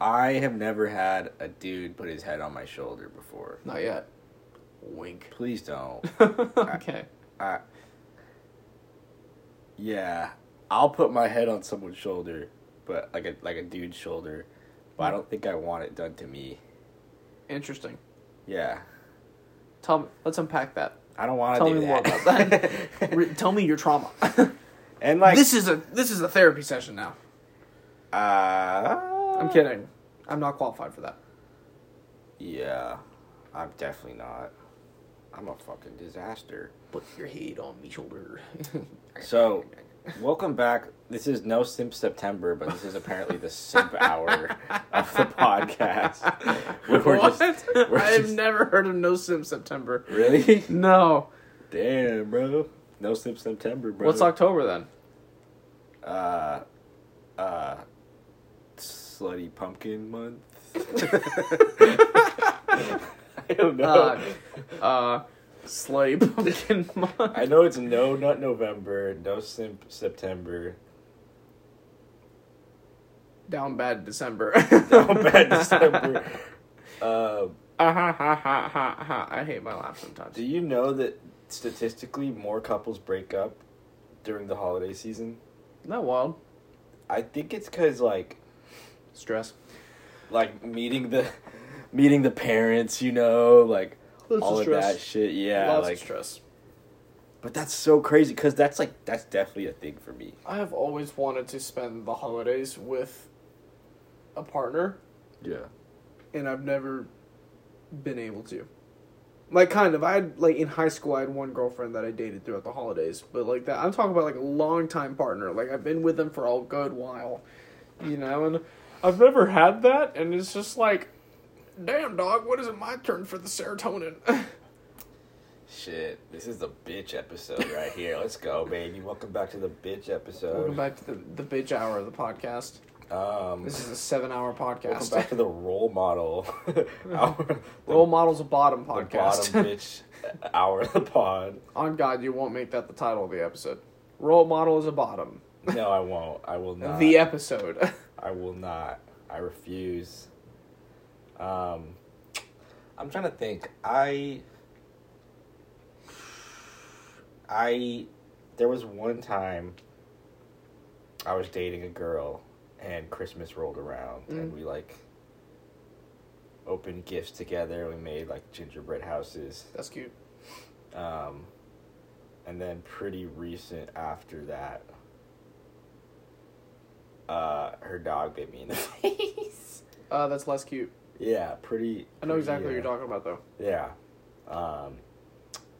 [SPEAKER 2] I have never had a dude put his head on my shoulder before.
[SPEAKER 1] Not yet. Wink.
[SPEAKER 2] Please don't.
[SPEAKER 1] okay.
[SPEAKER 2] I, yeah, I'll put my head on someone's shoulder, but like a like a dude's shoulder, but I don't think I want it done to me.
[SPEAKER 1] Interesting.
[SPEAKER 2] Yeah,
[SPEAKER 1] Tell me. Let's unpack that.
[SPEAKER 2] I don't want to
[SPEAKER 1] Tell
[SPEAKER 2] do
[SPEAKER 1] me more
[SPEAKER 2] that.
[SPEAKER 1] about that. Re- tell me your trauma.
[SPEAKER 2] and like
[SPEAKER 1] this is a this is a therapy session now.
[SPEAKER 2] uh,
[SPEAKER 1] I'm
[SPEAKER 2] I'm
[SPEAKER 1] kidding. I'm not qualified for that.
[SPEAKER 2] Yeah, I'm definitely not. I'm a fucking disaster.
[SPEAKER 1] Put your head on my shoulder.
[SPEAKER 2] So, welcome back. This is no Simp September, but this is apparently the Simp Hour of the podcast. Where we're
[SPEAKER 1] what?
[SPEAKER 2] just- we're
[SPEAKER 1] I've
[SPEAKER 2] just-
[SPEAKER 1] never heard of No Sim September.
[SPEAKER 2] really.
[SPEAKER 1] No.
[SPEAKER 2] Damn, bro. No Simp September, bro.
[SPEAKER 1] What's October then?
[SPEAKER 2] Uh, uh, slutty pumpkin month. I don't know.
[SPEAKER 1] Uh, uh, Slutty pumpkin month.
[SPEAKER 2] I know it's no not November, no simp September.
[SPEAKER 1] Down bad December.
[SPEAKER 2] Down bad December. Uh,
[SPEAKER 1] Ah, ha, ha, ha, ha, ha. I hate my laugh sometimes.
[SPEAKER 2] do you know that statistically more couples break up during the holiday season?
[SPEAKER 1] Not wild.
[SPEAKER 2] I think it's cuz like
[SPEAKER 1] Stress.
[SPEAKER 2] like meeting the meeting the parents, you know, like
[SPEAKER 1] Lots of
[SPEAKER 2] all of
[SPEAKER 1] stress.
[SPEAKER 2] that shit. Yeah,
[SPEAKER 1] Lots
[SPEAKER 2] like
[SPEAKER 1] of stress.
[SPEAKER 2] but that's so crazy cuz that's like that's definitely a thing for me.
[SPEAKER 1] I have always wanted to spend the holidays with a partner,
[SPEAKER 2] Yeah.
[SPEAKER 1] and I've never been able to. Like, kind of. I had, like, in high school, I had one girlfriend that I dated throughout the holidays, but, like, that, I'm talking about, like, a long time partner. Like, I've been with them for a good while, you know, and I've never had that, and it's just like, damn, dog, what is it my turn for the serotonin?
[SPEAKER 2] Shit, this is the bitch episode right here. Let's go, baby. Welcome back to the bitch
[SPEAKER 1] Welcome
[SPEAKER 2] episode.
[SPEAKER 1] back to the, the bitch hour of the podcast.
[SPEAKER 2] Um,
[SPEAKER 1] This is a seven hour
[SPEAKER 2] welcome
[SPEAKER 1] podcast.
[SPEAKER 2] back to the role model. Our,
[SPEAKER 1] Role Models of Bottom
[SPEAKER 2] the
[SPEAKER 1] podcast.
[SPEAKER 2] bottom bitch hour of the pod.
[SPEAKER 1] On God, you won't make that the title of the episode. Role Model is a Bottom.
[SPEAKER 2] No, I won't. I will not.
[SPEAKER 1] The episode.
[SPEAKER 2] I will not. I refuse. Um, I'm trying to think. I, I, there was one time I was dating a girl, and Christmas rolled around, and
[SPEAKER 1] Mm.
[SPEAKER 2] we like opened gifts together. We made like gingerbread houses.
[SPEAKER 1] That's cute.
[SPEAKER 2] Um, and then pretty recent after that, uh, her dog bit me in the face.
[SPEAKER 1] Uh, that's less cute.
[SPEAKER 2] yeah, pretty.
[SPEAKER 1] I know
[SPEAKER 2] pretty,
[SPEAKER 1] exactly what
[SPEAKER 2] uh,
[SPEAKER 1] you're talking about, though.
[SPEAKER 2] Yeah, um,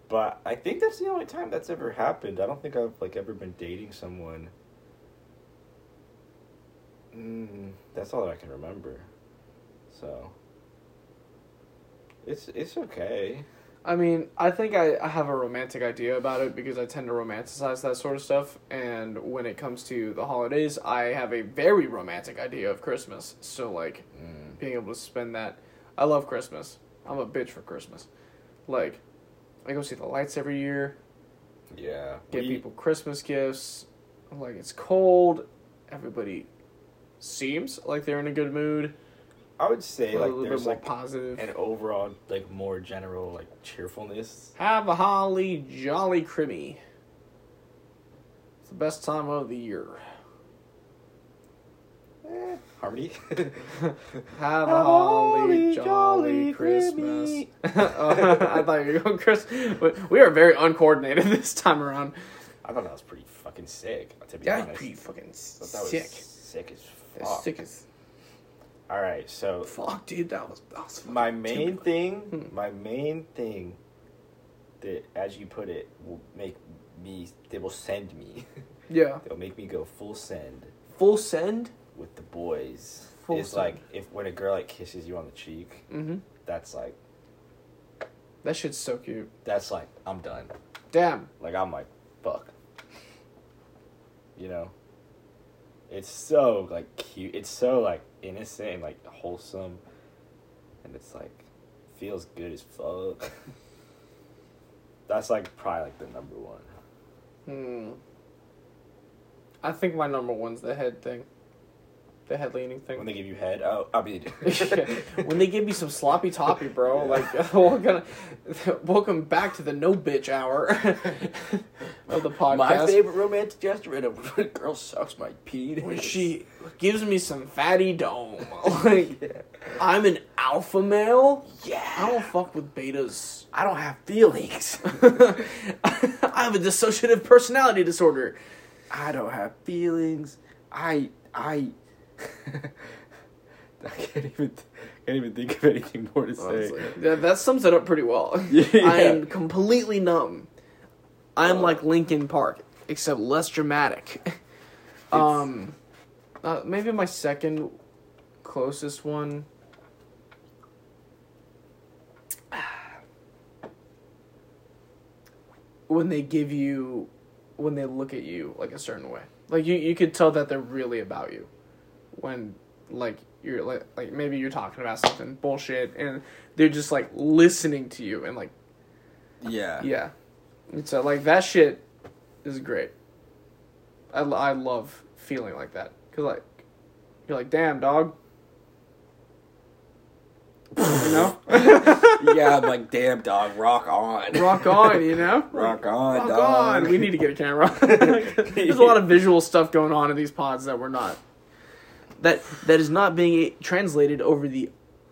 [SPEAKER 2] but I think that's the only time that's ever happened. I don't think I've like ever been dating someone. Mm, that's all I can remember. So. It's it's okay.
[SPEAKER 1] I mean, I think I, I have a romantic idea about it because I tend to romanticize that sort of stuff. And when it comes to the holidays, I have a very romantic idea of Christmas. So, like,
[SPEAKER 2] Mm.
[SPEAKER 1] being able to spend that. I love Christmas. I'm a bitch for Christmas. Like, I go see the lights every year.
[SPEAKER 2] Yeah.
[SPEAKER 1] get
[SPEAKER 2] We-
[SPEAKER 1] people Christmas gifts. Like it's cold, everybody seems like they're in a good mood,
[SPEAKER 2] I would say
[SPEAKER 1] a
[SPEAKER 2] like
[SPEAKER 1] little bit
[SPEAKER 2] there's
[SPEAKER 1] more
[SPEAKER 2] like
[SPEAKER 1] positive.
[SPEAKER 2] an overall like more general like cheerfulness.
[SPEAKER 1] Have a holly jolly crimmy. It's the best time of the year.
[SPEAKER 2] Eh, harmony.
[SPEAKER 1] Have a
[SPEAKER 2] Have a
[SPEAKER 1] holly jolly
[SPEAKER 2] holly jolly
[SPEAKER 1] Christmas.
[SPEAKER 2] crimmy.
[SPEAKER 1] Oh, I thought you were going Chris. but We are very uncoordinated this time around.
[SPEAKER 2] I thought that was pretty fucking sick. To be
[SPEAKER 1] Yeah,
[SPEAKER 2] honest,
[SPEAKER 1] pretty fucking
[SPEAKER 2] Thought that was
[SPEAKER 1] sick.
[SPEAKER 2] sick as
[SPEAKER 1] As
[SPEAKER 2] fuck.
[SPEAKER 1] sick as
[SPEAKER 2] All right, so
[SPEAKER 1] fuck, dude. That was that was fucking
[SPEAKER 2] my main
[SPEAKER 1] tubular.
[SPEAKER 2] thing,
[SPEAKER 1] Hmm.
[SPEAKER 2] my main thing that, as you put it, will make me. They will send me.
[SPEAKER 1] Yeah,
[SPEAKER 2] They'll make me go full send
[SPEAKER 1] full send.
[SPEAKER 2] with the boys.
[SPEAKER 1] Full
[SPEAKER 2] it's
[SPEAKER 1] send.
[SPEAKER 2] like if when a girl like kisses you on the cheek,
[SPEAKER 1] Mm-hmm.
[SPEAKER 2] that's like
[SPEAKER 1] That shit's so cute.
[SPEAKER 2] that's like I'm done.
[SPEAKER 1] Damn.
[SPEAKER 2] Like I'm like, fuck. You know? It's so like cute. It's so like innocent and like wholesome. And it's like feels good as fuck. That's like probably like the number one.
[SPEAKER 1] Hmm. I think my number one's the head thing. The head leaning thing.
[SPEAKER 2] When they give you head, oh I mean
[SPEAKER 1] Yeah, when they give me some sloppy toppy, bro, like we're gonna welcome back to the no bitch hour of the podcast.
[SPEAKER 2] My favorite romantic gesture in a when a girl sucks my pee.
[SPEAKER 1] When she gives me some fatty dome, like I'm an alpha male. I
[SPEAKER 2] Yeah.
[SPEAKER 1] don't fuck with betas.
[SPEAKER 2] I don't have feelings.
[SPEAKER 1] I have a dissociative personality disorder.
[SPEAKER 2] I don't have feelings. I I I can't even can't even think of anything more to
[SPEAKER 1] Honestly.
[SPEAKER 2] say.
[SPEAKER 1] That, that sums it up pretty well.
[SPEAKER 2] Yeah.
[SPEAKER 1] I'm completely numb. I'm
[SPEAKER 2] Oh.
[SPEAKER 1] like Linkin Park, except less dramatic. um, uh, maybe my second closest one. When they give you, when they look at you like a certain way, like you, you could tell that they're really about you when like you're like, like maybe you're talking about something bullshit and they're just like listening to you and like
[SPEAKER 2] Yeah.
[SPEAKER 1] Yeah. And so like that shit is great. I, lo- I love feeling like that cuz like you're like damn dog. you know?
[SPEAKER 2] yeah, I'm like, damn, dog, rock on.
[SPEAKER 1] Rock on, you know?
[SPEAKER 2] rock on,
[SPEAKER 1] Rock
[SPEAKER 2] dog.
[SPEAKER 1] on. We need to get a camera. There's a lot of visual stuff going on in these pods that we're not that that is not being translated over the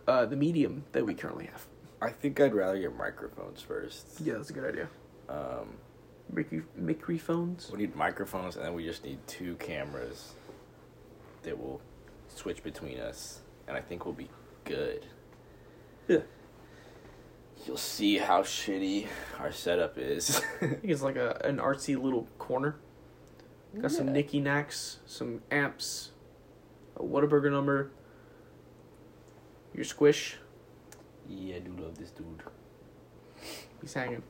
[SPEAKER 1] uh, the medium that we currently have.
[SPEAKER 2] I think I'd rather get microphones first.
[SPEAKER 1] Yeah, that's a good idea.
[SPEAKER 2] Um,
[SPEAKER 1] Mickey Mickey phones.
[SPEAKER 2] we need microphones, and then we just need two cameras that will switch between us, and I think we'll be good.
[SPEAKER 1] Yeah.
[SPEAKER 2] You'll see how shitty our setup is.
[SPEAKER 1] I think it's like a an artsy little corner. Got some
[SPEAKER 2] Yeah.
[SPEAKER 1] Nicky Knacks, some amps, a Whataburger number, your squish.
[SPEAKER 2] yeah, I do love this dude.
[SPEAKER 1] He's hanging.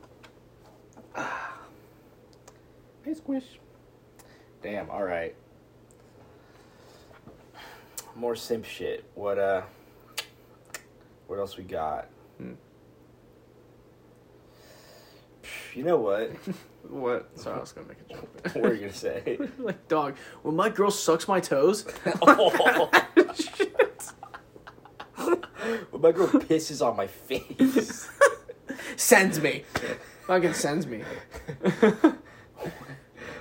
[SPEAKER 2] Hey, Squish. Damn, alright. More simp shit. What, uh. What else we got?
[SPEAKER 1] Hmm.
[SPEAKER 2] Psh, You know what?
[SPEAKER 1] What? Sorry, I was gonna make a joke.
[SPEAKER 2] what were you gonna say?
[SPEAKER 1] like dog, when my girl sucks my toes.
[SPEAKER 2] oh, when my girl pisses on my face.
[SPEAKER 1] sends me. Fucking sends me.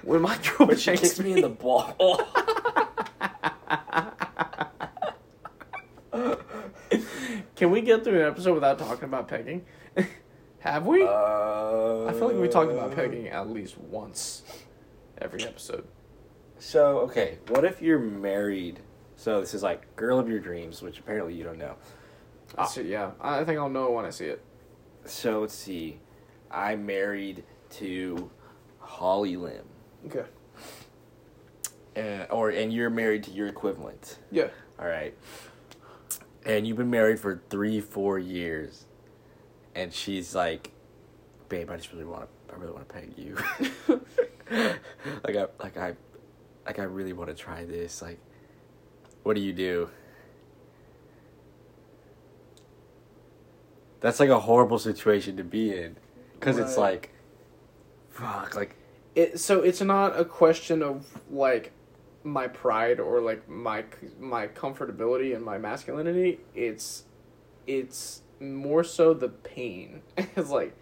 [SPEAKER 1] when my girl
[SPEAKER 2] When she kicks me in the ball.
[SPEAKER 1] Can we get through an episode without talking about pegging? Have we?
[SPEAKER 2] Uh,
[SPEAKER 1] I feel like we talked about pegging at least once every episode.
[SPEAKER 2] So, okay, what if you're married? So, this is like Girl of Your Dreams, which apparently you don't know. Ah.
[SPEAKER 1] So, yeah, I I think I'll know when I see it.
[SPEAKER 2] So, let's see. I'm married to Holly Lim.
[SPEAKER 1] Okay.
[SPEAKER 2] And, or, and you're married to your equivalent.
[SPEAKER 1] Yeah.
[SPEAKER 2] All right. And you've been married for three, four years. And she's like, babe, I just really want to, I really want to peg you. like, I, like I, like I really want to try this. Like, what do you do? That's like a horrible situation to be in. Cause
[SPEAKER 1] Right.
[SPEAKER 2] it's like, fuck, like,
[SPEAKER 1] It, so it's not a question of like my pride or like my my comfortability and my masculinity. It's it's more so the pain. it's like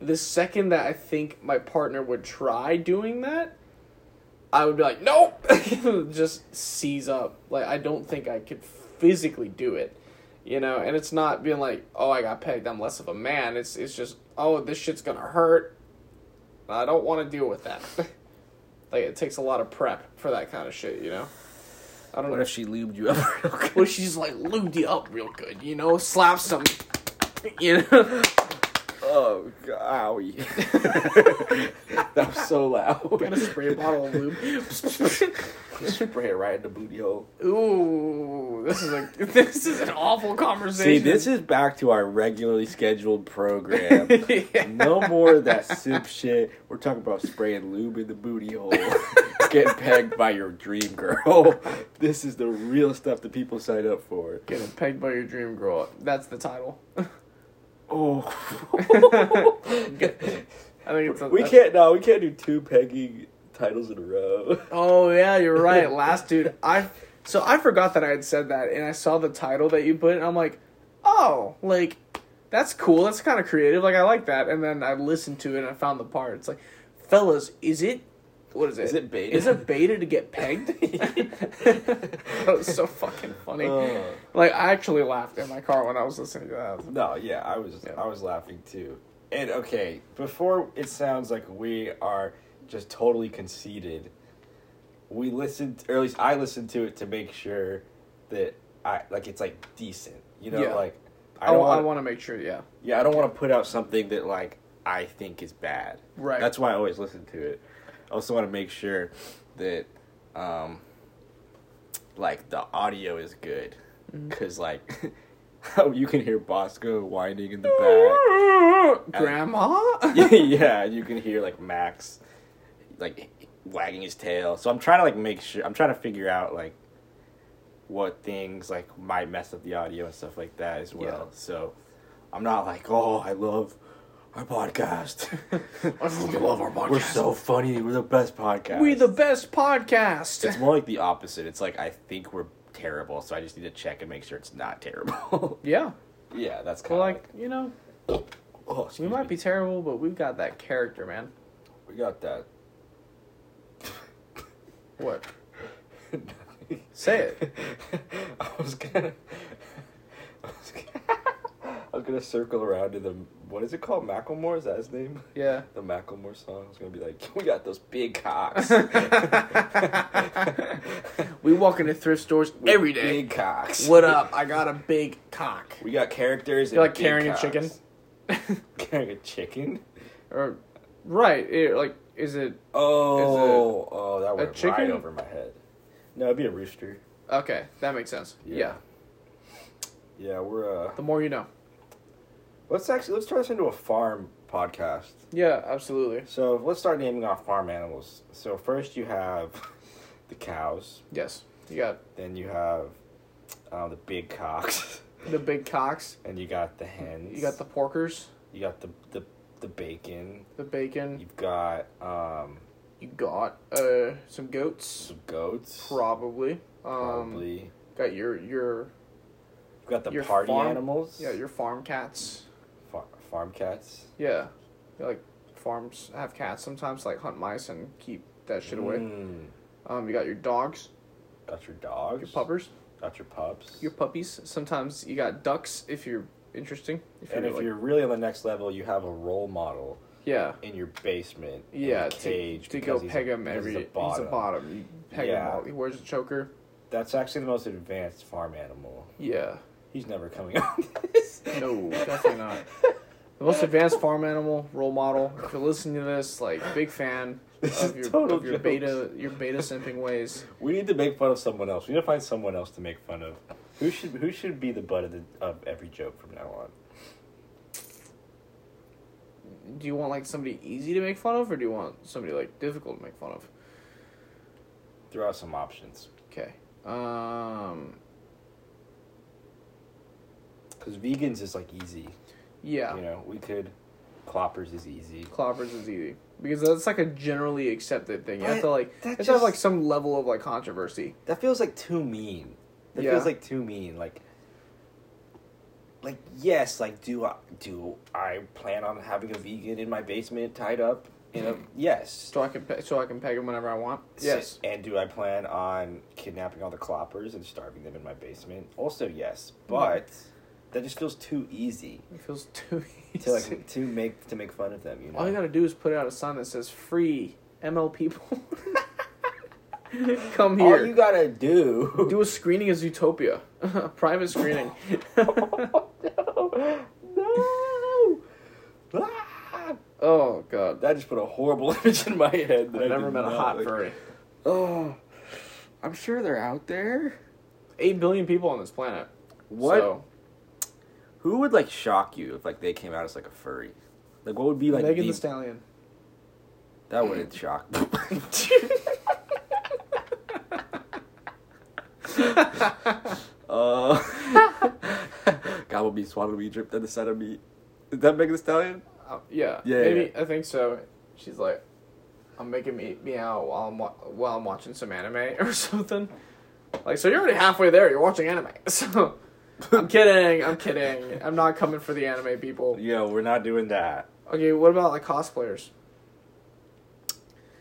[SPEAKER 1] the second that I think my partner would try doing that, I would be like, nope, just seize up. Like I don't think I could physically do it, you know. And it's not being like, oh, I got pegged. I'm less of a man. It's it's just, oh, this shit's gonna hurt. I don't want to deal with that. like it takes a lot of prep for that kind of shit, you know. I don't
[SPEAKER 2] what
[SPEAKER 1] know.
[SPEAKER 2] if she lubed you up real quick?
[SPEAKER 1] Well, she's like lubed you up real good, you know, slap some, you know.
[SPEAKER 2] Oh, g- owie. that was so
[SPEAKER 1] Got
[SPEAKER 2] loud.
[SPEAKER 1] a spray bottle of lube.
[SPEAKER 2] Spray it right in the booty hole.
[SPEAKER 1] Ooh, this is a this is an awful conversation.
[SPEAKER 2] See, this is back to our regularly scheduled program.
[SPEAKER 1] Yeah.
[SPEAKER 2] No more of that simp shit. We're talking about spraying lube in the booty hole. Getting pegged by your dream girl. This is the real stuff that people sign up for.
[SPEAKER 1] Getting pegged by your dream girl. That's the title. I
[SPEAKER 2] Oh.
[SPEAKER 1] think it's. A,
[SPEAKER 2] we can't, no, we can't do two pegging titles in a row.
[SPEAKER 1] Oh yeah, you're right. Last dude, I so I forgot that I had said that, and I saw the title that you put, and I'm like, oh, like that's cool. That's kind of creative. Like I like that. And then I listened to it, and I found the part. It's like, fellas, is it what is it?
[SPEAKER 2] Is it beta?
[SPEAKER 1] Is it beta to get pegged? that was so fucking funny.
[SPEAKER 2] Uh.
[SPEAKER 1] like I actually laughed in my car when I was listening to that.
[SPEAKER 2] No, yeah, I was
[SPEAKER 1] Yeah.
[SPEAKER 2] I was laughing too. And okay, before it sounds like we are just totally conceited, we listened or at least I listened to it to make sure that I like it's like decent. You know,
[SPEAKER 1] Yeah.
[SPEAKER 2] like I
[SPEAKER 1] I
[SPEAKER 2] don't
[SPEAKER 1] want. Oh, I
[SPEAKER 2] want
[SPEAKER 1] want to make sure. Yeah.
[SPEAKER 2] yeah, I don't want to put out something that like I think is bad.
[SPEAKER 1] Right.
[SPEAKER 2] That's why I always listen to it. I also want to make sure that um like the audio is good cuz like oh, you can hear Bosco whining in the
[SPEAKER 1] Grandma.
[SPEAKER 2] back. yeah, you can hear like Max like wagging his tail. So I'm trying to like make sure I'm trying to figure out like what things like might mess up the audio and stuff like that as well.
[SPEAKER 1] Yeah.
[SPEAKER 2] So I'm not like, "Oh, I love our podcast.
[SPEAKER 1] I fucking love our podcast.
[SPEAKER 2] We're so funny. We're the best podcast.
[SPEAKER 1] We the best podcast.
[SPEAKER 2] It's more like the opposite. It's like I think we're terrible, so I just need to check and make sure it's not terrible.
[SPEAKER 1] yeah.
[SPEAKER 2] yeah, that's kind
[SPEAKER 1] Well,
[SPEAKER 2] of
[SPEAKER 1] like you know,
[SPEAKER 2] oh,
[SPEAKER 1] we
[SPEAKER 2] excuse
[SPEAKER 1] might
[SPEAKER 2] me.
[SPEAKER 1] be terrible, but we've got that character, man.
[SPEAKER 2] We got that.
[SPEAKER 1] What? Say it.
[SPEAKER 2] I was gonna. I was gonna, I was gonna circle around to the what is it called? Macklemore is that his name?
[SPEAKER 1] Yeah.
[SPEAKER 2] The Macklemore song. I was gonna be like, we got those big cocks.
[SPEAKER 1] We walk into thrift stores every day.
[SPEAKER 2] Big cocks.
[SPEAKER 1] What up? I got a big cock.
[SPEAKER 2] We got characters.
[SPEAKER 1] You're
[SPEAKER 2] and
[SPEAKER 1] like
[SPEAKER 2] big
[SPEAKER 1] carrying a
[SPEAKER 2] cocks.
[SPEAKER 1] chicken.
[SPEAKER 2] Carrying a chicken.
[SPEAKER 1] or right? It, like, is it
[SPEAKER 2] Oh, oh, that went right
[SPEAKER 1] chicken?
[SPEAKER 2] over my head. No, it'd be a rooster.
[SPEAKER 1] okay? That makes sense.
[SPEAKER 2] Yeah.
[SPEAKER 1] Yeah.
[SPEAKER 2] Yeah, we're uh.
[SPEAKER 1] The more you know.
[SPEAKER 2] Let's actually let's turn this into a farm podcast.
[SPEAKER 1] Yeah, absolutely.
[SPEAKER 2] So let's start naming off farm animals. So first you have the cows.
[SPEAKER 1] Yes. You got
[SPEAKER 2] Then you have uh, the big cocks,
[SPEAKER 1] the big cocks.
[SPEAKER 2] and you got the hens.
[SPEAKER 1] You got the porkers,
[SPEAKER 2] you got the the, the bacon.
[SPEAKER 1] the bacon.
[SPEAKER 2] You've got um,
[SPEAKER 1] You got uh some goats,
[SPEAKER 2] some goats.
[SPEAKER 1] probably. Um,
[SPEAKER 2] probably.
[SPEAKER 1] Got your your
[SPEAKER 2] You've got the
[SPEAKER 1] your
[SPEAKER 2] party
[SPEAKER 1] farm-
[SPEAKER 2] animals.
[SPEAKER 1] yeah your farm cats.
[SPEAKER 2] Far- farm cats.
[SPEAKER 1] Yeah, like farms have cats sometimes, like hunt mice and keep that shit away.
[SPEAKER 2] Mm.
[SPEAKER 1] Um, you got your dogs,
[SPEAKER 2] Got your dogs.
[SPEAKER 1] your puppers,
[SPEAKER 2] Got your pups.
[SPEAKER 1] your puppies. Sometimes you got ducks if you're interesting. If
[SPEAKER 2] and if
[SPEAKER 1] like-
[SPEAKER 2] you're really on the next level, you have a role model
[SPEAKER 1] yeah.
[SPEAKER 2] in your basement. in
[SPEAKER 1] Yeah,
[SPEAKER 2] a cage
[SPEAKER 1] to, to go
[SPEAKER 2] because he's a-
[SPEAKER 1] peg him
[SPEAKER 2] because
[SPEAKER 1] every.
[SPEAKER 2] he's a
[SPEAKER 1] He's a
[SPEAKER 2] bottom.
[SPEAKER 1] bottom. You peg
[SPEAKER 2] Yeah.
[SPEAKER 1] him all. He wears a choker.
[SPEAKER 2] That's actually the most advanced farm animal.
[SPEAKER 1] Yeah.
[SPEAKER 2] He's never coming on this.
[SPEAKER 1] No, definitely not. The most advanced farm animal role model. If you're listening to this, like big fan
[SPEAKER 2] This
[SPEAKER 1] of
[SPEAKER 2] is
[SPEAKER 1] your
[SPEAKER 2] total
[SPEAKER 1] of your
[SPEAKER 2] jokes.
[SPEAKER 1] beta your beta simping ways.
[SPEAKER 2] We need to make fun of someone else. We need to find someone else to make fun of. Who should who should be the butt of, the, of every joke from now on?
[SPEAKER 1] Do you want like somebody easy to make fun of, or do you want somebody like difficult to make fun of?
[SPEAKER 2] Throw out some options.
[SPEAKER 1] Okay. Um.
[SPEAKER 2] Because vegans is like easy.
[SPEAKER 1] Yeah.
[SPEAKER 2] You know, we could. Cloppers is easy.
[SPEAKER 1] Cloppers is easy because that's like a generally accepted thing. You have
[SPEAKER 2] But
[SPEAKER 1] to like
[SPEAKER 2] that
[SPEAKER 1] you have to have
[SPEAKER 2] just-
[SPEAKER 1] like some level of like controversy.
[SPEAKER 2] That feels like too mean. That
[SPEAKER 1] Yeah.
[SPEAKER 2] feels like too mean. Like, like yes, like do I do I plan on having a vegan in my basement tied up? You know, yes.
[SPEAKER 1] So I can pe- so I can peg him whenever I want. Yes.
[SPEAKER 2] And do I plan on kidnapping all the cloppers and starving them in my basement? Also, yes. But that just feels too easy
[SPEAKER 1] It feels too easy.
[SPEAKER 2] to like to make to make fun of them. You know.
[SPEAKER 1] All you gotta do is put out a sign that says "Free ML people." Come
[SPEAKER 2] All
[SPEAKER 1] here.
[SPEAKER 2] you gotta do.
[SPEAKER 1] do a screening as Utopia, a private screening.
[SPEAKER 2] no. Oh, No. Ah!
[SPEAKER 1] oh god,
[SPEAKER 2] That just put a horrible image in my head. That
[SPEAKER 1] I've never
[SPEAKER 2] did
[SPEAKER 1] met a
[SPEAKER 2] not
[SPEAKER 1] hot
[SPEAKER 2] like.
[SPEAKER 1] furry.
[SPEAKER 2] Oh, I'm sure they're out there.
[SPEAKER 1] Eight billion people on this planet.
[SPEAKER 2] What?
[SPEAKER 1] So,
[SPEAKER 2] Who would like shock you if like they came out as like a furry? Like what would be like
[SPEAKER 1] Megan
[SPEAKER 2] the-
[SPEAKER 1] the Stallion.
[SPEAKER 2] that wouldn't shock me. uh, God will be swallowed me, dripped at the side of me. Is that Megan the Stallion?
[SPEAKER 1] Uh, yeah,
[SPEAKER 2] Yeah,
[SPEAKER 1] maybe I think so. She's like, I'm making me meow while I'm wa- while I'm watching some anime or something. Like, so you're already halfway there. You're watching anime. So, I'm kidding. I'm kidding. I'm not coming for the anime people.
[SPEAKER 2] Yo, we're not doing that.
[SPEAKER 1] Okay, what about like cosplayers?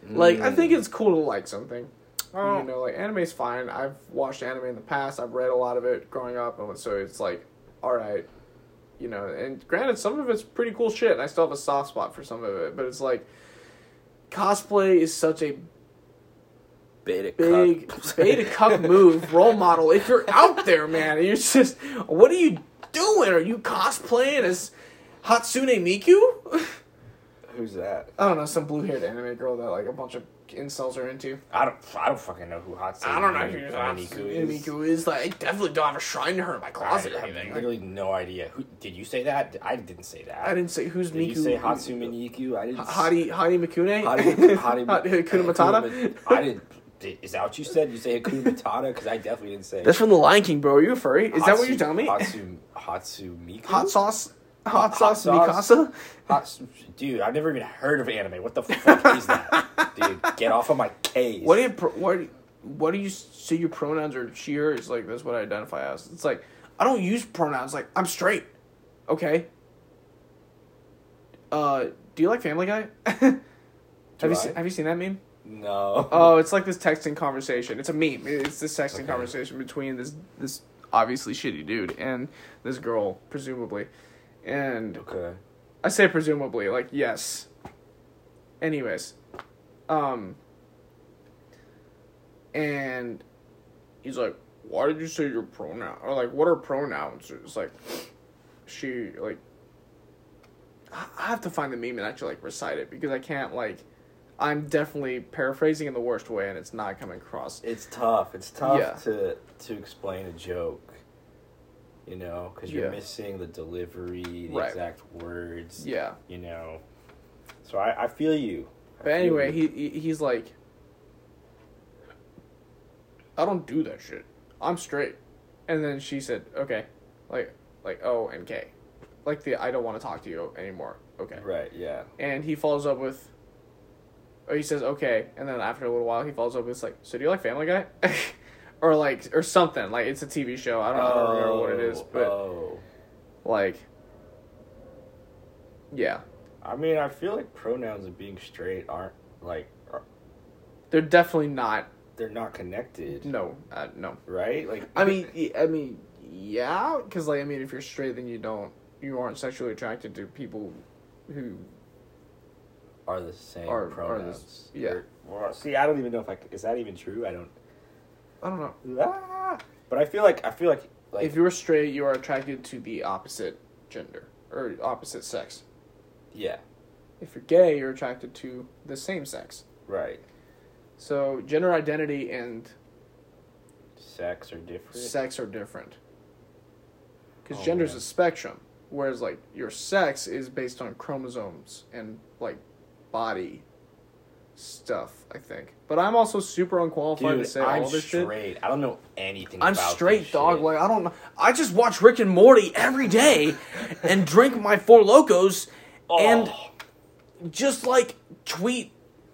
[SPEAKER 1] Like, I think it's cool to like something.
[SPEAKER 2] Oh.
[SPEAKER 1] You know, like anime's fine. I've watched anime in the past. I've read a lot of it growing up, and so it's like, all right, you know. And granted, some of it's pretty cool shit. And I still have a soft spot for some of it, but it's like cosplay is such a
[SPEAKER 2] beta
[SPEAKER 1] big
[SPEAKER 2] cuck.
[SPEAKER 1] beta cuck move role model. If you're out there, man, and you're just, what are you doing? Are you cosplaying as Hatsune Miku?
[SPEAKER 2] Who's that?
[SPEAKER 1] I don't know, some blue haired anime girl that like a bunch of incels are into.
[SPEAKER 2] I don't. I don't fucking know who Hot.
[SPEAKER 1] I don't know who
[SPEAKER 2] Miku is.
[SPEAKER 1] Miku is. Like, I definitely don't have a shrine to her in my closet or
[SPEAKER 2] I
[SPEAKER 1] anything.
[SPEAKER 2] have literally no idea. Who did you say that? I didn't say that.
[SPEAKER 1] I didn't say who's
[SPEAKER 2] Did
[SPEAKER 1] Miku.
[SPEAKER 2] you say Hatsune Miku? I didn't.
[SPEAKER 1] Hottie, Hottie Mikune?
[SPEAKER 2] Hadi, Hadi,
[SPEAKER 1] Hot- Hakuna Matata?
[SPEAKER 2] uh, I didn't. Did, is that what you said? You say Hakuna Matata? Because I definitely didn't say.
[SPEAKER 1] That's from The Lion King, bro. Are you a furry? Is that what
[SPEAKER 2] Hatsu-
[SPEAKER 1] you're telling me?
[SPEAKER 2] Hatsu, Hatsu Miku.
[SPEAKER 1] Hot sauce? Hot sauce,
[SPEAKER 2] sauce.
[SPEAKER 1] Mikasa.
[SPEAKER 2] Hot s- dude, I've never even heard of anime. What the fuck is that? Dude, get off of my case.
[SPEAKER 1] What do you pro- what what do you say your pronouns are she her is like that's what I identify as. It's like I don't use pronouns like I'm straight. Okay. Uh do you like Family Guy? have
[SPEAKER 2] Do
[SPEAKER 1] you
[SPEAKER 2] I?
[SPEAKER 1] se- have you seen that meme?
[SPEAKER 2] no.
[SPEAKER 1] Oh, it's like this texting conversation. It's a meme. It's this texting
[SPEAKER 2] Okay.
[SPEAKER 1] conversation between this this obviously shitty dude and this girl presumably. And
[SPEAKER 2] Okay.
[SPEAKER 1] I say presumably, like yes. Anyways, um, and he's like, "Why did you say your pronoun?" Or like, "What are pronouns?" It's like, she like. I I have to find the meme and actually like recite it because I can't like. I'm definitely paraphrasing in the worst way, and it's not coming across.
[SPEAKER 2] It's tough. It's tough
[SPEAKER 1] Yeah.
[SPEAKER 2] to to explain a joke. You know, because you're
[SPEAKER 1] Yeah.
[SPEAKER 2] missing the delivery, the
[SPEAKER 1] Right.
[SPEAKER 2] exact words.
[SPEAKER 1] Yeah.
[SPEAKER 2] You know, so I, I feel you. I
[SPEAKER 1] But
[SPEAKER 2] feel
[SPEAKER 1] anyway,
[SPEAKER 2] you.
[SPEAKER 1] he he- he's like, I don't do that shit. I'm straight. And then she said, okay, like like O and K, like the I don't want to talk to you anymore. Okay.
[SPEAKER 2] right, yeah,
[SPEAKER 1] And he follows up with, or he says okay, and then after a little while he follows up with it's like, so do you like Family Guy, or like or something like it's a TV show. I don't, I don't remember what it is,
[SPEAKER 2] Oh,
[SPEAKER 1] but
[SPEAKER 2] oh.
[SPEAKER 1] like, yeah,
[SPEAKER 2] I mean, I feel like pronouns of being straight aren't like are,
[SPEAKER 1] they're definitely not.
[SPEAKER 2] they're not connected,
[SPEAKER 1] No, uh, no.
[SPEAKER 2] right? Like,
[SPEAKER 1] I mean, y- I mean, yeah, because like I mean, if you're straight, then you don't, you aren't sexually attracted to people who.
[SPEAKER 2] are the same
[SPEAKER 1] Are- are the
[SPEAKER 2] pronouns?
[SPEAKER 1] s- yeah.
[SPEAKER 2] Or- well, see, I don't even know if I c- is that even true. I don't.
[SPEAKER 1] I don't know.
[SPEAKER 2] Ah! but I feel like I feel like like
[SPEAKER 1] if you're straight, you are attracted to the opposite gender or opposite sex.
[SPEAKER 2] yeah,
[SPEAKER 1] If you're gay, you're attracted to the same sex.
[SPEAKER 2] right.
[SPEAKER 1] So gender identity and
[SPEAKER 2] Sex are different.
[SPEAKER 1] sex are different. Because
[SPEAKER 2] Oh,
[SPEAKER 1] gender's
[SPEAKER 2] man.
[SPEAKER 1] a spectrum, whereas like your sex is based on chromosomes and like body stuff. I think, but I'm also super unqualified
[SPEAKER 2] Dude,
[SPEAKER 1] to say
[SPEAKER 2] I'm
[SPEAKER 1] all this shit.
[SPEAKER 2] straight. I don't know anything.
[SPEAKER 1] I'm
[SPEAKER 2] about
[SPEAKER 1] straight,
[SPEAKER 2] this
[SPEAKER 1] dog.
[SPEAKER 2] shit.
[SPEAKER 1] Like I don't. I just watch Rick and Morty every day, and drink my four locos,
[SPEAKER 2] Oh.
[SPEAKER 1] and just like tweet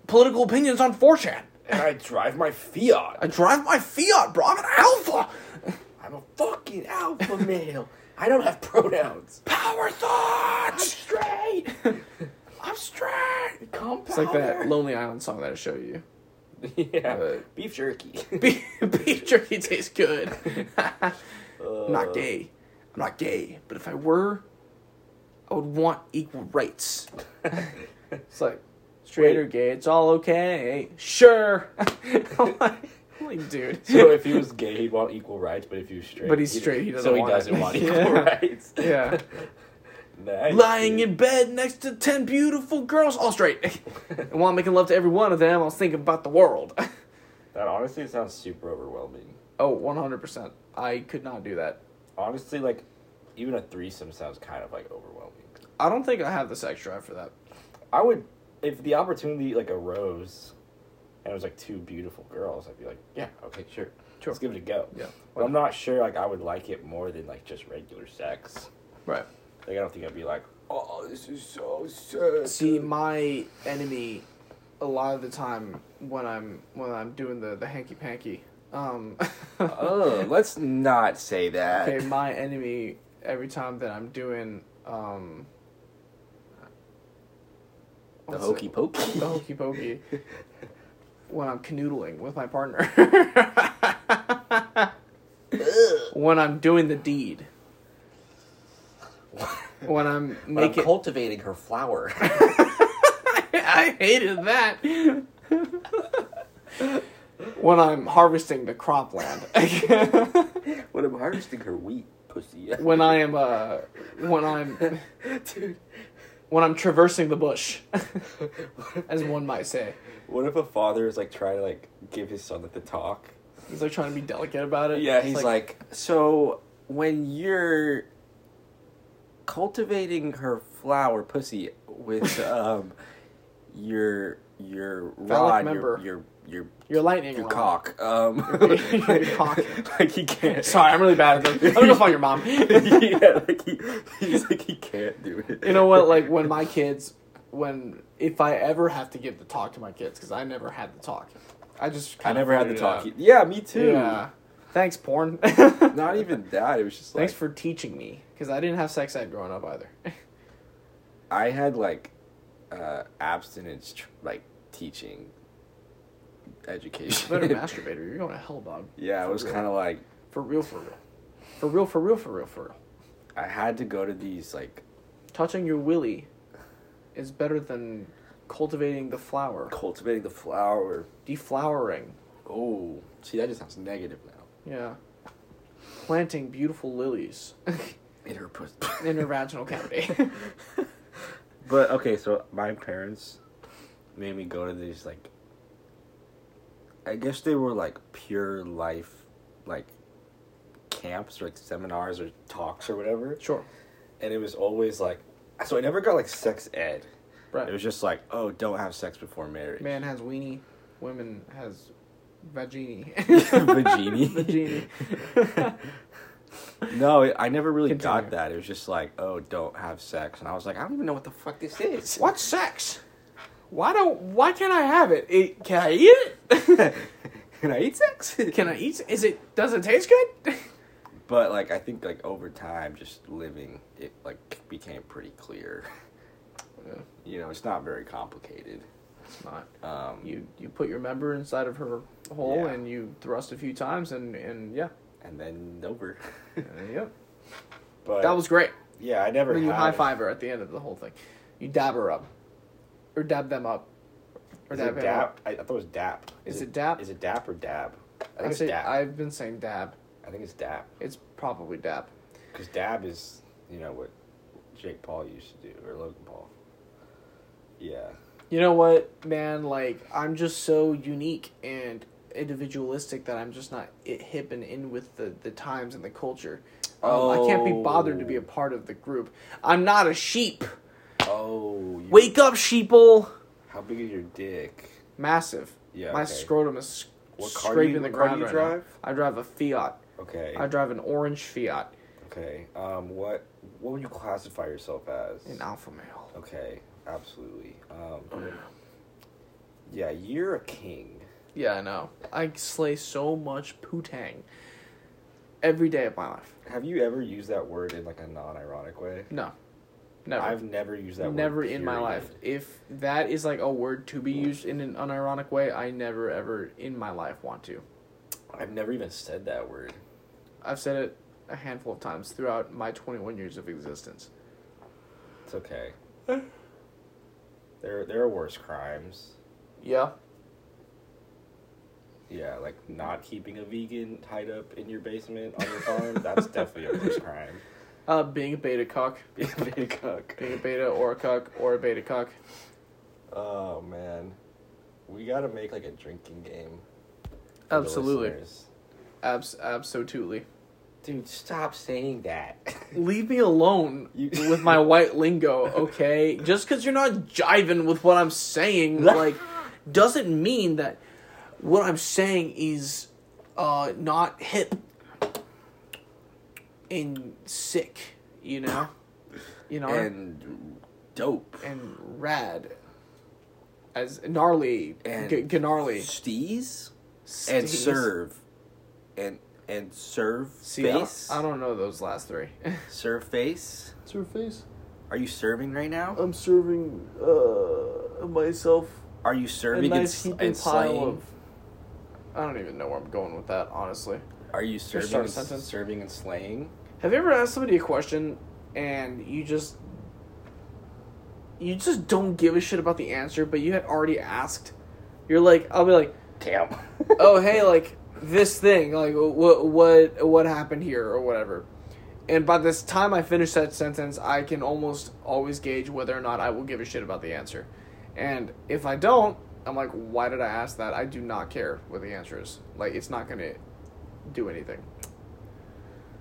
[SPEAKER 1] political opinions on 4chan.
[SPEAKER 2] and I drive my Fiat.
[SPEAKER 1] I drive my Fiat, bro. I'm an alpha.
[SPEAKER 2] I'm a fucking alpha male. I don't have pronouns.
[SPEAKER 1] Power thoughts.
[SPEAKER 2] Straight.
[SPEAKER 1] I'm straight.
[SPEAKER 2] Compound.
[SPEAKER 1] It's like that Lonely Island song that I show you.
[SPEAKER 2] yeah.
[SPEAKER 1] But-
[SPEAKER 2] Beef jerky.
[SPEAKER 1] Beef, beef jerky tastes good. I'm
[SPEAKER 2] Uh,
[SPEAKER 1] not gay. I'm not gay. But if I were, I would want equal rights. It's like straight or
[SPEAKER 2] Wait.
[SPEAKER 1] gay, it's all okay. Sure. I'm like, I'm like, dude.
[SPEAKER 2] so if he was gay, he'd want equal rights. But if he was straight,
[SPEAKER 1] But he's
[SPEAKER 2] he'd-
[SPEAKER 1] straight, he doesn't
[SPEAKER 2] so he
[SPEAKER 1] want it.
[SPEAKER 2] doesn't want equal
[SPEAKER 1] Yeah.
[SPEAKER 2] rights.
[SPEAKER 1] Yeah.
[SPEAKER 2] Nice,
[SPEAKER 1] Lying
[SPEAKER 2] dude.
[SPEAKER 1] in bed next to ten beautiful girls, all straight. and while I'm making love to every one of them, I was thinking about the world.
[SPEAKER 2] That honestly sounds super overwhelming.
[SPEAKER 1] oh, one hundred percent. I could not do that.
[SPEAKER 2] Honestly, like even a threesome sounds kind of like overwhelming.
[SPEAKER 1] I don't think I have the sex drive for that.
[SPEAKER 2] I would, if the opportunity like arose, and it was like two beautiful girls, I'd be like, yeah, okay, sure,
[SPEAKER 1] Sure.
[SPEAKER 2] let's give it a go.
[SPEAKER 1] Yeah.
[SPEAKER 2] but I'm not sure. Like, I would like it more than like just regular sex.
[SPEAKER 1] Right.
[SPEAKER 2] Like, I don't think I'd be like, oh, this is so sad.
[SPEAKER 1] See, my enemy, a lot of the time when I'm when I'm doing the the hanky panky, um,
[SPEAKER 2] oh, let's not say that.
[SPEAKER 1] okay, my enemy every time that I'm doing um,
[SPEAKER 2] the
[SPEAKER 1] what's it?
[SPEAKER 2] hokey pokey.
[SPEAKER 1] the hokey pokey, when I'm canoodling with my partner, when I'm doing the deed, when I'm
[SPEAKER 2] When I'm
[SPEAKER 1] making.
[SPEAKER 2] cultivating her flower.
[SPEAKER 1] I hated that. when I'm harvesting the cropland.
[SPEAKER 2] when I'm harvesting her wheat, pussy.
[SPEAKER 1] when I am uh when I'm
[SPEAKER 2] Dude,
[SPEAKER 1] when I'm traversing the bush. As one might say.
[SPEAKER 2] what if a father is like trying to like give his son like the talk?
[SPEAKER 1] He's like trying to be delicate about it.
[SPEAKER 2] Yeah,
[SPEAKER 1] It's
[SPEAKER 2] he's like, so when you're cultivating her flower pussy with um your your
[SPEAKER 1] Phallic
[SPEAKER 2] rod,
[SPEAKER 1] member.
[SPEAKER 2] your your your
[SPEAKER 1] You're lightning
[SPEAKER 2] your
[SPEAKER 1] rod.
[SPEAKER 2] cock. Um,
[SPEAKER 1] Your cock.
[SPEAKER 2] like he can't.
[SPEAKER 1] Sorry, I'm really bad at this. I'm gonna find your mom.
[SPEAKER 2] yeah, like he, he's like he can't do it.
[SPEAKER 1] You know what? Like when my kids, when if I ever have to give the talk to my kids, because I never had the talk. I just
[SPEAKER 2] I
[SPEAKER 1] kinda
[SPEAKER 2] never had to
[SPEAKER 1] figured
[SPEAKER 2] talk. e-
[SPEAKER 1] it out.
[SPEAKER 2] Yeah, me too.
[SPEAKER 1] Yeah. Thanks, porn.
[SPEAKER 2] Not even that. It was just like
[SPEAKER 1] Thanks for teaching me, because I didn't have sex ed growing up either.
[SPEAKER 2] I had like uh, abstinence tr- like teaching education.
[SPEAKER 1] Better masturbator, you're going to hell, dog.
[SPEAKER 2] yeah, it was kind of like
[SPEAKER 1] For real, for real, for real, for real, for real, for real.
[SPEAKER 2] I had to go to these like
[SPEAKER 1] Touching your willy is better than cultivating the flower,
[SPEAKER 2] cultivating the flower.
[SPEAKER 1] deflowering.
[SPEAKER 2] Oh, see, that just sounds negative now.
[SPEAKER 1] Yeah. Planting beautiful lilies
[SPEAKER 2] In her pussy.
[SPEAKER 1] in her vaginal cavity.
[SPEAKER 2] But okay, so my parents made me go to these like I guess they were like pure life like camps or like seminars or talks or whatever.
[SPEAKER 1] sure.
[SPEAKER 2] And it was always like so I never got like sex ed.
[SPEAKER 1] Right.
[SPEAKER 2] It was just like, oh, don't have sex before marriage.
[SPEAKER 1] Man has weenie, women has vagini.
[SPEAKER 2] Vagini.
[SPEAKER 1] vagini.
[SPEAKER 2] no, I never really
[SPEAKER 1] Continue.
[SPEAKER 2] got that. It was just like, oh, don't have sex. And I was like, I don't even know what the fuck this is.
[SPEAKER 1] What's sex? Why don't? Why can't I have it? it can I eat it?
[SPEAKER 2] Can I eat sex?
[SPEAKER 1] can I eat? Is it? Does it taste good?
[SPEAKER 2] But like I think like over time, just living it like became pretty clear.
[SPEAKER 1] Yeah.
[SPEAKER 2] You know, it's not very complicated.
[SPEAKER 1] it's not.
[SPEAKER 2] Um,
[SPEAKER 1] You you put your member inside of her hole
[SPEAKER 2] Yeah.
[SPEAKER 1] and you thrust a few times and and yeah,
[SPEAKER 2] and then over.
[SPEAKER 1] And, yep.
[SPEAKER 2] but
[SPEAKER 1] That was great.
[SPEAKER 2] yeah. I never.
[SPEAKER 1] And then you
[SPEAKER 2] had-
[SPEAKER 1] high five her at the end of the whole thing. You dab her up, or dab them up, or
[SPEAKER 2] Is it
[SPEAKER 1] dab him up.
[SPEAKER 2] dap? I, I thought it was dap.
[SPEAKER 1] Is it dap?
[SPEAKER 2] Is it dap or dab? I
[SPEAKER 1] I
[SPEAKER 2] think it's
[SPEAKER 1] say,
[SPEAKER 2] dap.
[SPEAKER 1] I've been saying dab.
[SPEAKER 2] I think it's dap
[SPEAKER 1] It's probably dab.
[SPEAKER 2] because dab is you know what Jake Paul used to do or Logan Paul. Yeah.
[SPEAKER 1] You know what, man? Like I'm just so unique and individualistic that I'm just not it hip and in with the the times and the culture. Um, I can't be bothered to be a
[SPEAKER 2] Oh.
[SPEAKER 1] part of the group. I'm not a sheep.
[SPEAKER 2] Oh. You,
[SPEAKER 1] Wake up, sheeple!
[SPEAKER 2] How big is your dick?
[SPEAKER 1] Massive.
[SPEAKER 2] Yeah,
[SPEAKER 1] My
[SPEAKER 2] okay.
[SPEAKER 1] scrotum is sc-
[SPEAKER 2] What car do
[SPEAKER 1] scraping
[SPEAKER 2] you-
[SPEAKER 1] the
[SPEAKER 2] what car do
[SPEAKER 1] ground.
[SPEAKER 2] you
[SPEAKER 1] right now.
[SPEAKER 2] drive?
[SPEAKER 1] I drive a Fiat.
[SPEAKER 2] Okay.
[SPEAKER 1] I drive an orange Fiat,
[SPEAKER 2] Okay. Um. What What would you classify yourself as?
[SPEAKER 1] an alpha male.
[SPEAKER 2] Okay. Absolutely.
[SPEAKER 1] Oh,
[SPEAKER 2] Um. Yeah, you're a king.
[SPEAKER 1] Yeah, I know. I slay so much putang every day of my life.
[SPEAKER 2] Have you ever used that word in like a non-ironic way?
[SPEAKER 1] No, never.
[SPEAKER 2] I've never used that.
[SPEAKER 1] never
[SPEAKER 2] word,
[SPEAKER 1] in my
[SPEAKER 2] period.
[SPEAKER 1] life. If that is like a word to be used in an unironic way, I never ever in my life want to.
[SPEAKER 2] I've never even said that word.
[SPEAKER 1] I've said it a handful of times throughout my 21 years of existence.
[SPEAKER 2] It's okay. there, there are worse crimes.
[SPEAKER 1] Yeah.
[SPEAKER 2] Yeah, like not keeping a vegan tied up in your basement on your farm. That's definitely a worse crime.
[SPEAKER 1] Uh, being a beta cuck,
[SPEAKER 2] Being a big cook.
[SPEAKER 1] being a beta or a cuck or a beta cuck.
[SPEAKER 2] Oh man, we gotta make like a drinking game. for the
[SPEAKER 1] Absolutely.
[SPEAKER 2] listeners.
[SPEAKER 1] Abs, absolutely.
[SPEAKER 2] Dude, stop saying that.
[SPEAKER 1] Leave me alone
[SPEAKER 2] You-
[SPEAKER 1] with my white lingo, okay? Just because you're not jiving with what I'm saying, like, doesn't mean that what I'm saying is uh, not hip and sick, you know? You know? And,
[SPEAKER 2] and dope.
[SPEAKER 1] rad. As gnarly.
[SPEAKER 2] And-
[SPEAKER 1] g- gnarly.
[SPEAKER 2] Steez and
[SPEAKER 1] Steez.
[SPEAKER 2] serve. And and serve
[SPEAKER 1] See, I don't-
[SPEAKER 2] face.
[SPEAKER 1] I don't know those last three.
[SPEAKER 2] Serve face.
[SPEAKER 1] Serve face?
[SPEAKER 2] Are you serving right now?
[SPEAKER 1] I'm serving uh, myself
[SPEAKER 2] Are you serving and, s- and slaying?
[SPEAKER 1] I don't even know where I'm going with that, honestly.
[SPEAKER 2] Are you serving
[SPEAKER 1] start a
[SPEAKER 2] and, s-
[SPEAKER 1] sentence.
[SPEAKER 2] serving and slaying?
[SPEAKER 1] Have you ever asked somebody a question and you just you just don't give a shit about the answer, but you had already asked? You're like, I'll be like,
[SPEAKER 2] Damn.
[SPEAKER 1] oh hey, like this thing, like what what what happened here or whatever. And by this time I finish that sentence, I can almost always gauge whether or not I will give a shit about the answer. And if I don't, I'm like, why did I ask that? I do not care what the answer is. Like it's not gonna do anything.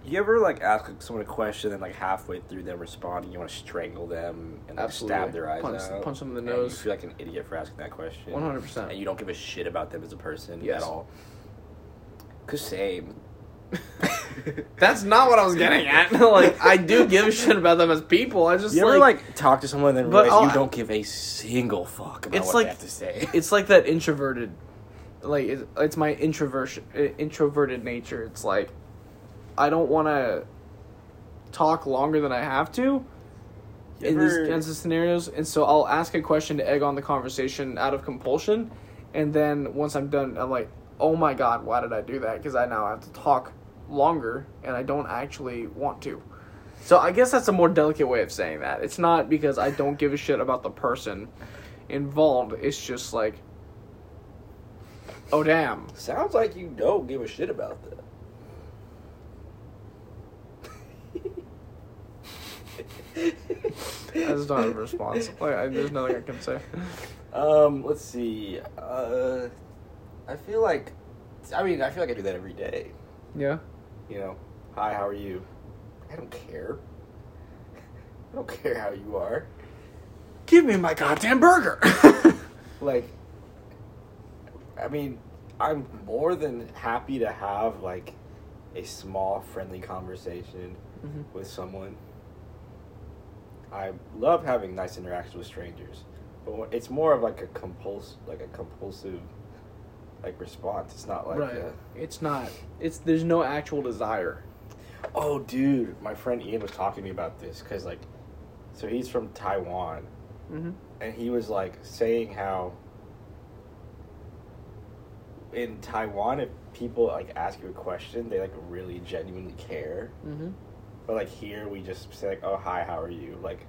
[SPEAKER 2] You ever like ask someone a question and like halfway through them responding, you want to strangle them and like,
[SPEAKER 1] Absolutely.
[SPEAKER 2] stab their eyes
[SPEAKER 1] Punch-
[SPEAKER 2] out?
[SPEAKER 1] punch them in the
[SPEAKER 2] and
[SPEAKER 1] nose.
[SPEAKER 2] You feel like an idiot for asking that question.
[SPEAKER 1] 100%.
[SPEAKER 2] And you don't give a shit about them as a person
[SPEAKER 1] Yes.
[SPEAKER 2] at all. Cause same.
[SPEAKER 1] That's not what I was getting at. like, I do give a shit about them as people. I just
[SPEAKER 2] You ever
[SPEAKER 1] like,
[SPEAKER 2] like talk to someone and
[SPEAKER 1] But
[SPEAKER 2] realize
[SPEAKER 1] I'll-
[SPEAKER 2] you don't give a single fuck about
[SPEAKER 1] It's
[SPEAKER 2] what
[SPEAKER 1] like-
[SPEAKER 2] they have to say?
[SPEAKER 1] it's like that introverted, like it's, it's my introversion, uh, introverted nature. It's like, I don't want to talk longer than I have to
[SPEAKER 2] You
[SPEAKER 1] in
[SPEAKER 2] ever-
[SPEAKER 1] these kinds of scenarios, and so I'll ask a question to egg on the conversation out of compulsion, and then once I'm done, I'm like, oh my god, why did I do that? Because I now have to talk longer, and I don't actually want to. So I guess that's a more delicate way of saying that. It's not because I don't give a shit about the person involved. It's just like, oh damn,
[SPEAKER 2] Sounds like you don't give a shit about that.
[SPEAKER 1] that's not a response. Like, I, there's nothing I can say.
[SPEAKER 2] Um, let's see. Uh, I feel like, I mean, I feel like I do that every day.
[SPEAKER 1] Yeah.
[SPEAKER 2] You know, hi, how are you? I don't care. I don't care how you are.
[SPEAKER 1] Give me my goddamn burger. Mm-hmm.
[SPEAKER 2] Like, I mean, I'm more than happy to have like a small, friendly conversation
[SPEAKER 1] Mhm.
[SPEAKER 2] with someone. I love having nice interactions with strangers, but when- it's more of like a compuls, like a compulsive, like response. It's not like.
[SPEAKER 1] right.
[SPEAKER 2] A,
[SPEAKER 1] It's not. It's there's no actual desire.
[SPEAKER 2] Oh, dude, my friend Ian was talking to me about this because, like, so he's from Taiwan,
[SPEAKER 1] Mm-hmm.
[SPEAKER 2] and he was like saying how in Taiwan, if people like ask you a question, they like really genuinely care,
[SPEAKER 1] Mm-hmm.
[SPEAKER 2] but like here, we just say like, "Oh, hi, how are you?" Like,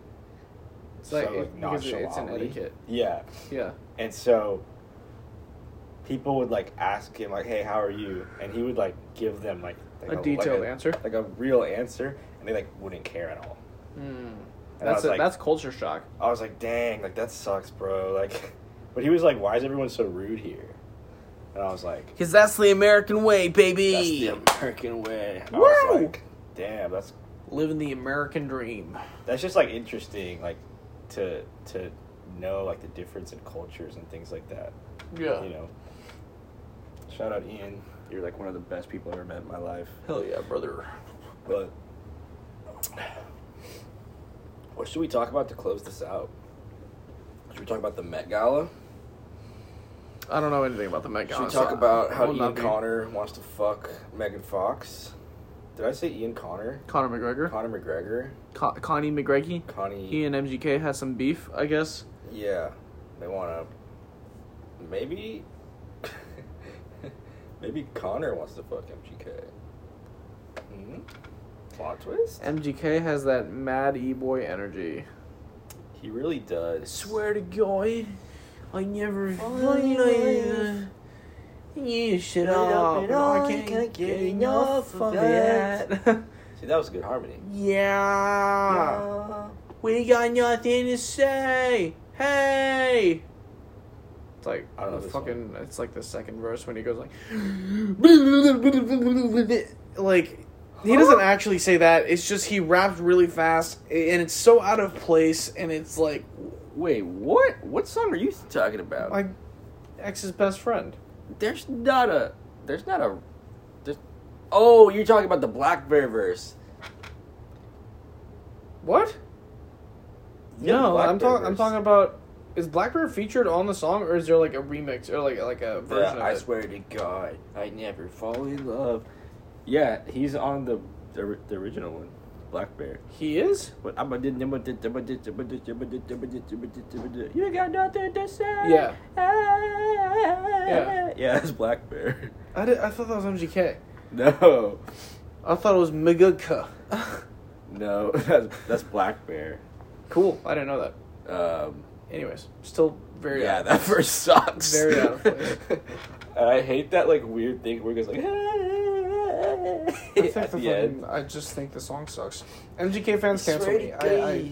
[SPEAKER 1] It's like, it- because it- it's an
[SPEAKER 2] nonchalantly.
[SPEAKER 1] etiquette.
[SPEAKER 2] Yeah,
[SPEAKER 1] Yeah.
[SPEAKER 2] and so people would like ask him like, "Hey, how are you?" and he would like give them like, like
[SPEAKER 1] A
[SPEAKER 2] like
[SPEAKER 1] detailed answer.
[SPEAKER 2] like a real answer, and they like wouldn't care at all.
[SPEAKER 1] Mm.
[SPEAKER 2] And I
[SPEAKER 1] That's
[SPEAKER 2] was
[SPEAKER 1] a,
[SPEAKER 2] like-
[SPEAKER 1] that's culture shock.
[SPEAKER 2] I was like, dang, like that sucks, bro. Like, but he was like, why is everyone so rude here? And I was like,
[SPEAKER 1] Cause that's the American way, baby.
[SPEAKER 2] that's the American way. I was
[SPEAKER 1] Woo!
[SPEAKER 2] like, damn, that's
[SPEAKER 1] Living the American dream.
[SPEAKER 2] that's just like interesting, like to to know like the difference in cultures and things like that. You know. Shout out Ian. You're like one of the best people I ever met in my life.
[SPEAKER 1] Hell yeah, brother.
[SPEAKER 2] But what should we talk about to close this out? Should we talk about the Met Gala?
[SPEAKER 1] I don't know anything about the Met
[SPEAKER 2] Should
[SPEAKER 1] Gala.
[SPEAKER 2] we talk
[SPEAKER 1] so
[SPEAKER 2] about
[SPEAKER 1] I
[SPEAKER 2] how
[SPEAKER 1] will
[SPEAKER 2] Ian
[SPEAKER 1] not be-
[SPEAKER 2] Connor wants to fuck Megan Fox? Did I say Ian Connor?
[SPEAKER 1] Conor McGregor,
[SPEAKER 2] Connor McGregor?
[SPEAKER 1] Con- Connie McGregor,
[SPEAKER 2] Connie?
[SPEAKER 1] he and MGK had some beef, I guess.
[SPEAKER 2] Yeah. They want to. Maybe. maybe Connor wants to fuck MGK. Hmm? Plot twist?
[SPEAKER 1] MGK has that mad e boy energy.
[SPEAKER 2] He really does.
[SPEAKER 1] to God, I never.
[SPEAKER 2] Finally.
[SPEAKER 1] You should
[SPEAKER 2] Put it up and on, can't get enough of
[SPEAKER 1] that.
[SPEAKER 2] See, that was a good harmony.
[SPEAKER 1] yeah.
[SPEAKER 2] Ah.
[SPEAKER 1] We got nothing to say. Hey. It's like
[SPEAKER 2] I don't know
[SPEAKER 1] the
[SPEAKER 2] this
[SPEAKER 1] fucking. It's like the second verse when he goes like, like he doesn't actually say that. It's just he raps really fast, and it's so out of place, and it's like
[SPEAKER 2] Wait, what? What song are you talking about?
[SPEAKER 1] my ex's best friend.
[SPEAKER 2] There's not a. There's not a. There's, oh, you're talking about the Black Bear verse.
[SPEAKER 1] What?
[SPEAKER 2] Yeah,
[SPEAKER 1] no,
[SPEAKER 2] Black
[SPEAKER 1] I'm
[SPEAKER 2] Bear
[SPEAKER 1] talking. I'm
[SPEAKER 2] verse.
[SPEAKER 1] talking about. Is Blackbird featured on the song, or is there like a remix or like like a
[SPEAKER 2] The
[SPEAKER 1] version? of
[SPEAKER 2] I
[SPEAKER 1] it?
[SPEAKER 2] swear to God, I never fall in love. Yeah, he's on the the, the original one, Black Bear.
[SPEAKER 1] He is.
[SPEAKER 2] But I'm a did- I'm a did- I'm a did- I'm a did- I'm a did- I'm a did- I'm a did- I'm a did- You got nothing to say. Ah,
[SPEAKER 1] Yeah.
[SPEAKER 2] Yeah. ah. Yeah, it's Black Bear.
[SPEAKER 1] I did, I thought that was MGK.
[SPEAKER 2] No,
[SPEAKER 1] I thought it was Meguka.
[SPEAKER 2] no, that's that's Black Bear.
[SPEAKER 1] cool. I didn't know that.
[SPEAKER 2] Um.
[SPEAKER 1] Anyways, still very
[SPEAKER 2] yeah,
[SPEAKER 1] out.
[SPEAKER 2] that verse sucks.
[SPEAKER 1] Very out of place.
[SPEAKER 2] and I hate that like weird thing where it goes like.
[SPEAKER 1] I think the
[SPEAKER 2] at
[SPEAKER 1] fucking,
[SPEAKER 2] the end.
[SPEAKER 1] I just think the song sucks. MGK fans
[SPEAKER 2] Swear
[SPEAKER 1] cancel
[SPEAKER 2] to
[SPEAKER 1] me. I, I,
[SPEAKER 2] God.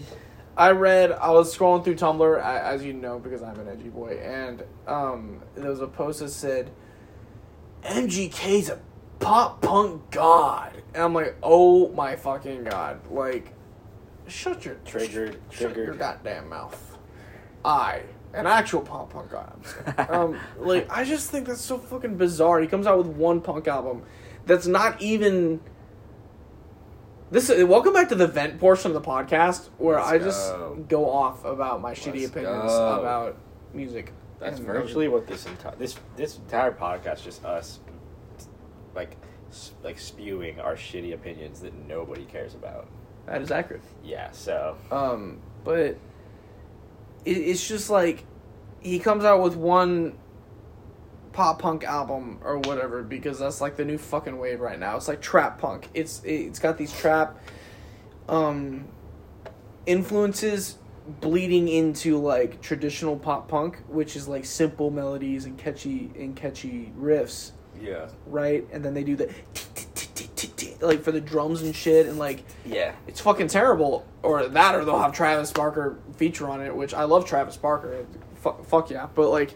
[SPEAKER 1] I read. I was scrolling through Tumblr, I, as you know, because I'm an edgy boy, and um, there was a post that said, "MGK's a pop punk god. And I'm like, oh my fucking god. Like, shut your
[SPEAKER 2] Triggered,
[SPEAKER 1] Shut your
[SPEAKER 2] triggered.
[SPEAKER 1] goddamn mouth. I, an actual pop punk god. I'm sorry. um, like, I just think that's so fucking bizarre. He comes out with one punk album that's not even. This is, welcome back to the vent portion of the podcast where
[SPEAKER 2] Let's
[SPEAKER 1] I just
[SPEAKER 2] go.
[SPEAKER 1] go off about my shitty
[SPEAKER 2] Let's
[SPEAKER 1] opinions
[SPEAKER 2] go.
[SPEAKER 1] about music.
[SPEAKER 2] That's
[SPEAKER 1] and-
[SPEAKER 2] virtually what this entire this this entire podcast is just us, like, s- like spewing our shitty opinions that nobody cares about.
[SPEAKER 1] that is accurate.
[SPEAKER 2] Yeah. So
[SPEAKER 1] Um, but it, it's just like he comes out with one pop punk album or whatever because that's like the new fucking wave right now. It's like trap punk. It's it's got these trap um influences bleeding into like traditional pop punk, which is like simple melodies and catchy and catchy riffs
[SPEAKER 2] yeah.
[SPEAKER 1] right? And then they do the like for the drums and shit, and like
[SPEAKER 2] Yeah.
[SPEAKER 1] it's fucking terrible. Or that, or they'll have Travis Barker feature on it, which I love Travis Barker. Fuck, fuck yeah, but like,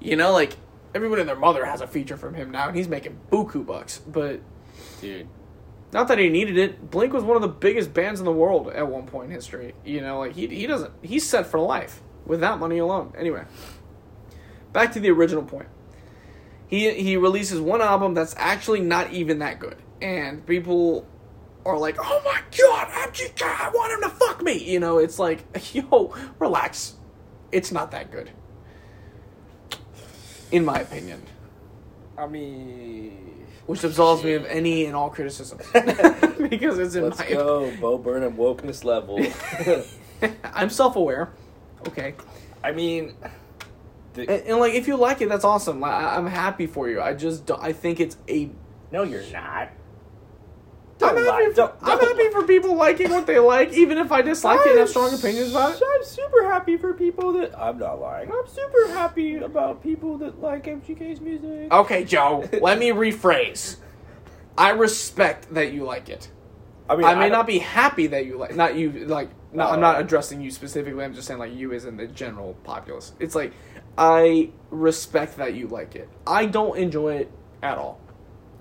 [SPEAKER 1] you know, like everyone and their mother has a feature from him now, and he's making buku bucks. But
[SPEAKER 2] Dude.
[SPEAKER 1] not that he needed it. Blink was one of the biggest bands in the world at one point in history. You know, like he he doesn't he's set for life with that money alone. Anyway, back to the original point. He he releases one album that's actually not even that good, and people are like, "Oh my god, MGK, I want him to fuck me." You know, it's like, yo, relax. It's not that good, in my opinion,
[SPEAKER 2] I mean.
[SPEAKER 1] which absolves me of any and all criticism because it's in
[SPEAKER 2] Let's
[SPEAKER 1] my
[SPEAKER 2] go, Bo Burnham wokeness level.
[SPEAKER 1] I'm self aware. Okay.
[SPEAKER 2] I mean, the,
[SPEAKER 1] And, and, like, if you like it, that's awesome. Like, I, I'm happy for you. I just, don't- I think it's a.
[SPEAKER 2] no, you're not.
[SPEAKER 1] I'm
[SPEAKER 2] Don't lie.
[SPEAKER 1] happy, for,
[SPEAKER 2] Don't-
[SPEAKER 1] I'm
[SPEAKER 2] don't
[SPEAKER 1] happy for people liking what they like, even if I dislike it and have
[SPEAKER 2] I'm
[SPEAKER 1] strong opinions about it.
[SPEAKER 2] I'm super happy for people that I'm not lying. I'm super happy about people that like MGK's music.
[SPEAKER 1] Okay, Joe, let me rephrase. I respect that you like it.
[SPEAKER 2] mean,
[SPEAKER 1] I Uh, may
[SPEAKER 2] don't-
[SPEAKER 1] not be happy that you like, not you, like, no, I'm
[SPEAKER 2] Oh.
[SPEAKER 1] not addressing you specifically. I'm just saying, like, you as in the general populace. It's like, I respect that you like it. I don't enjoy it at all.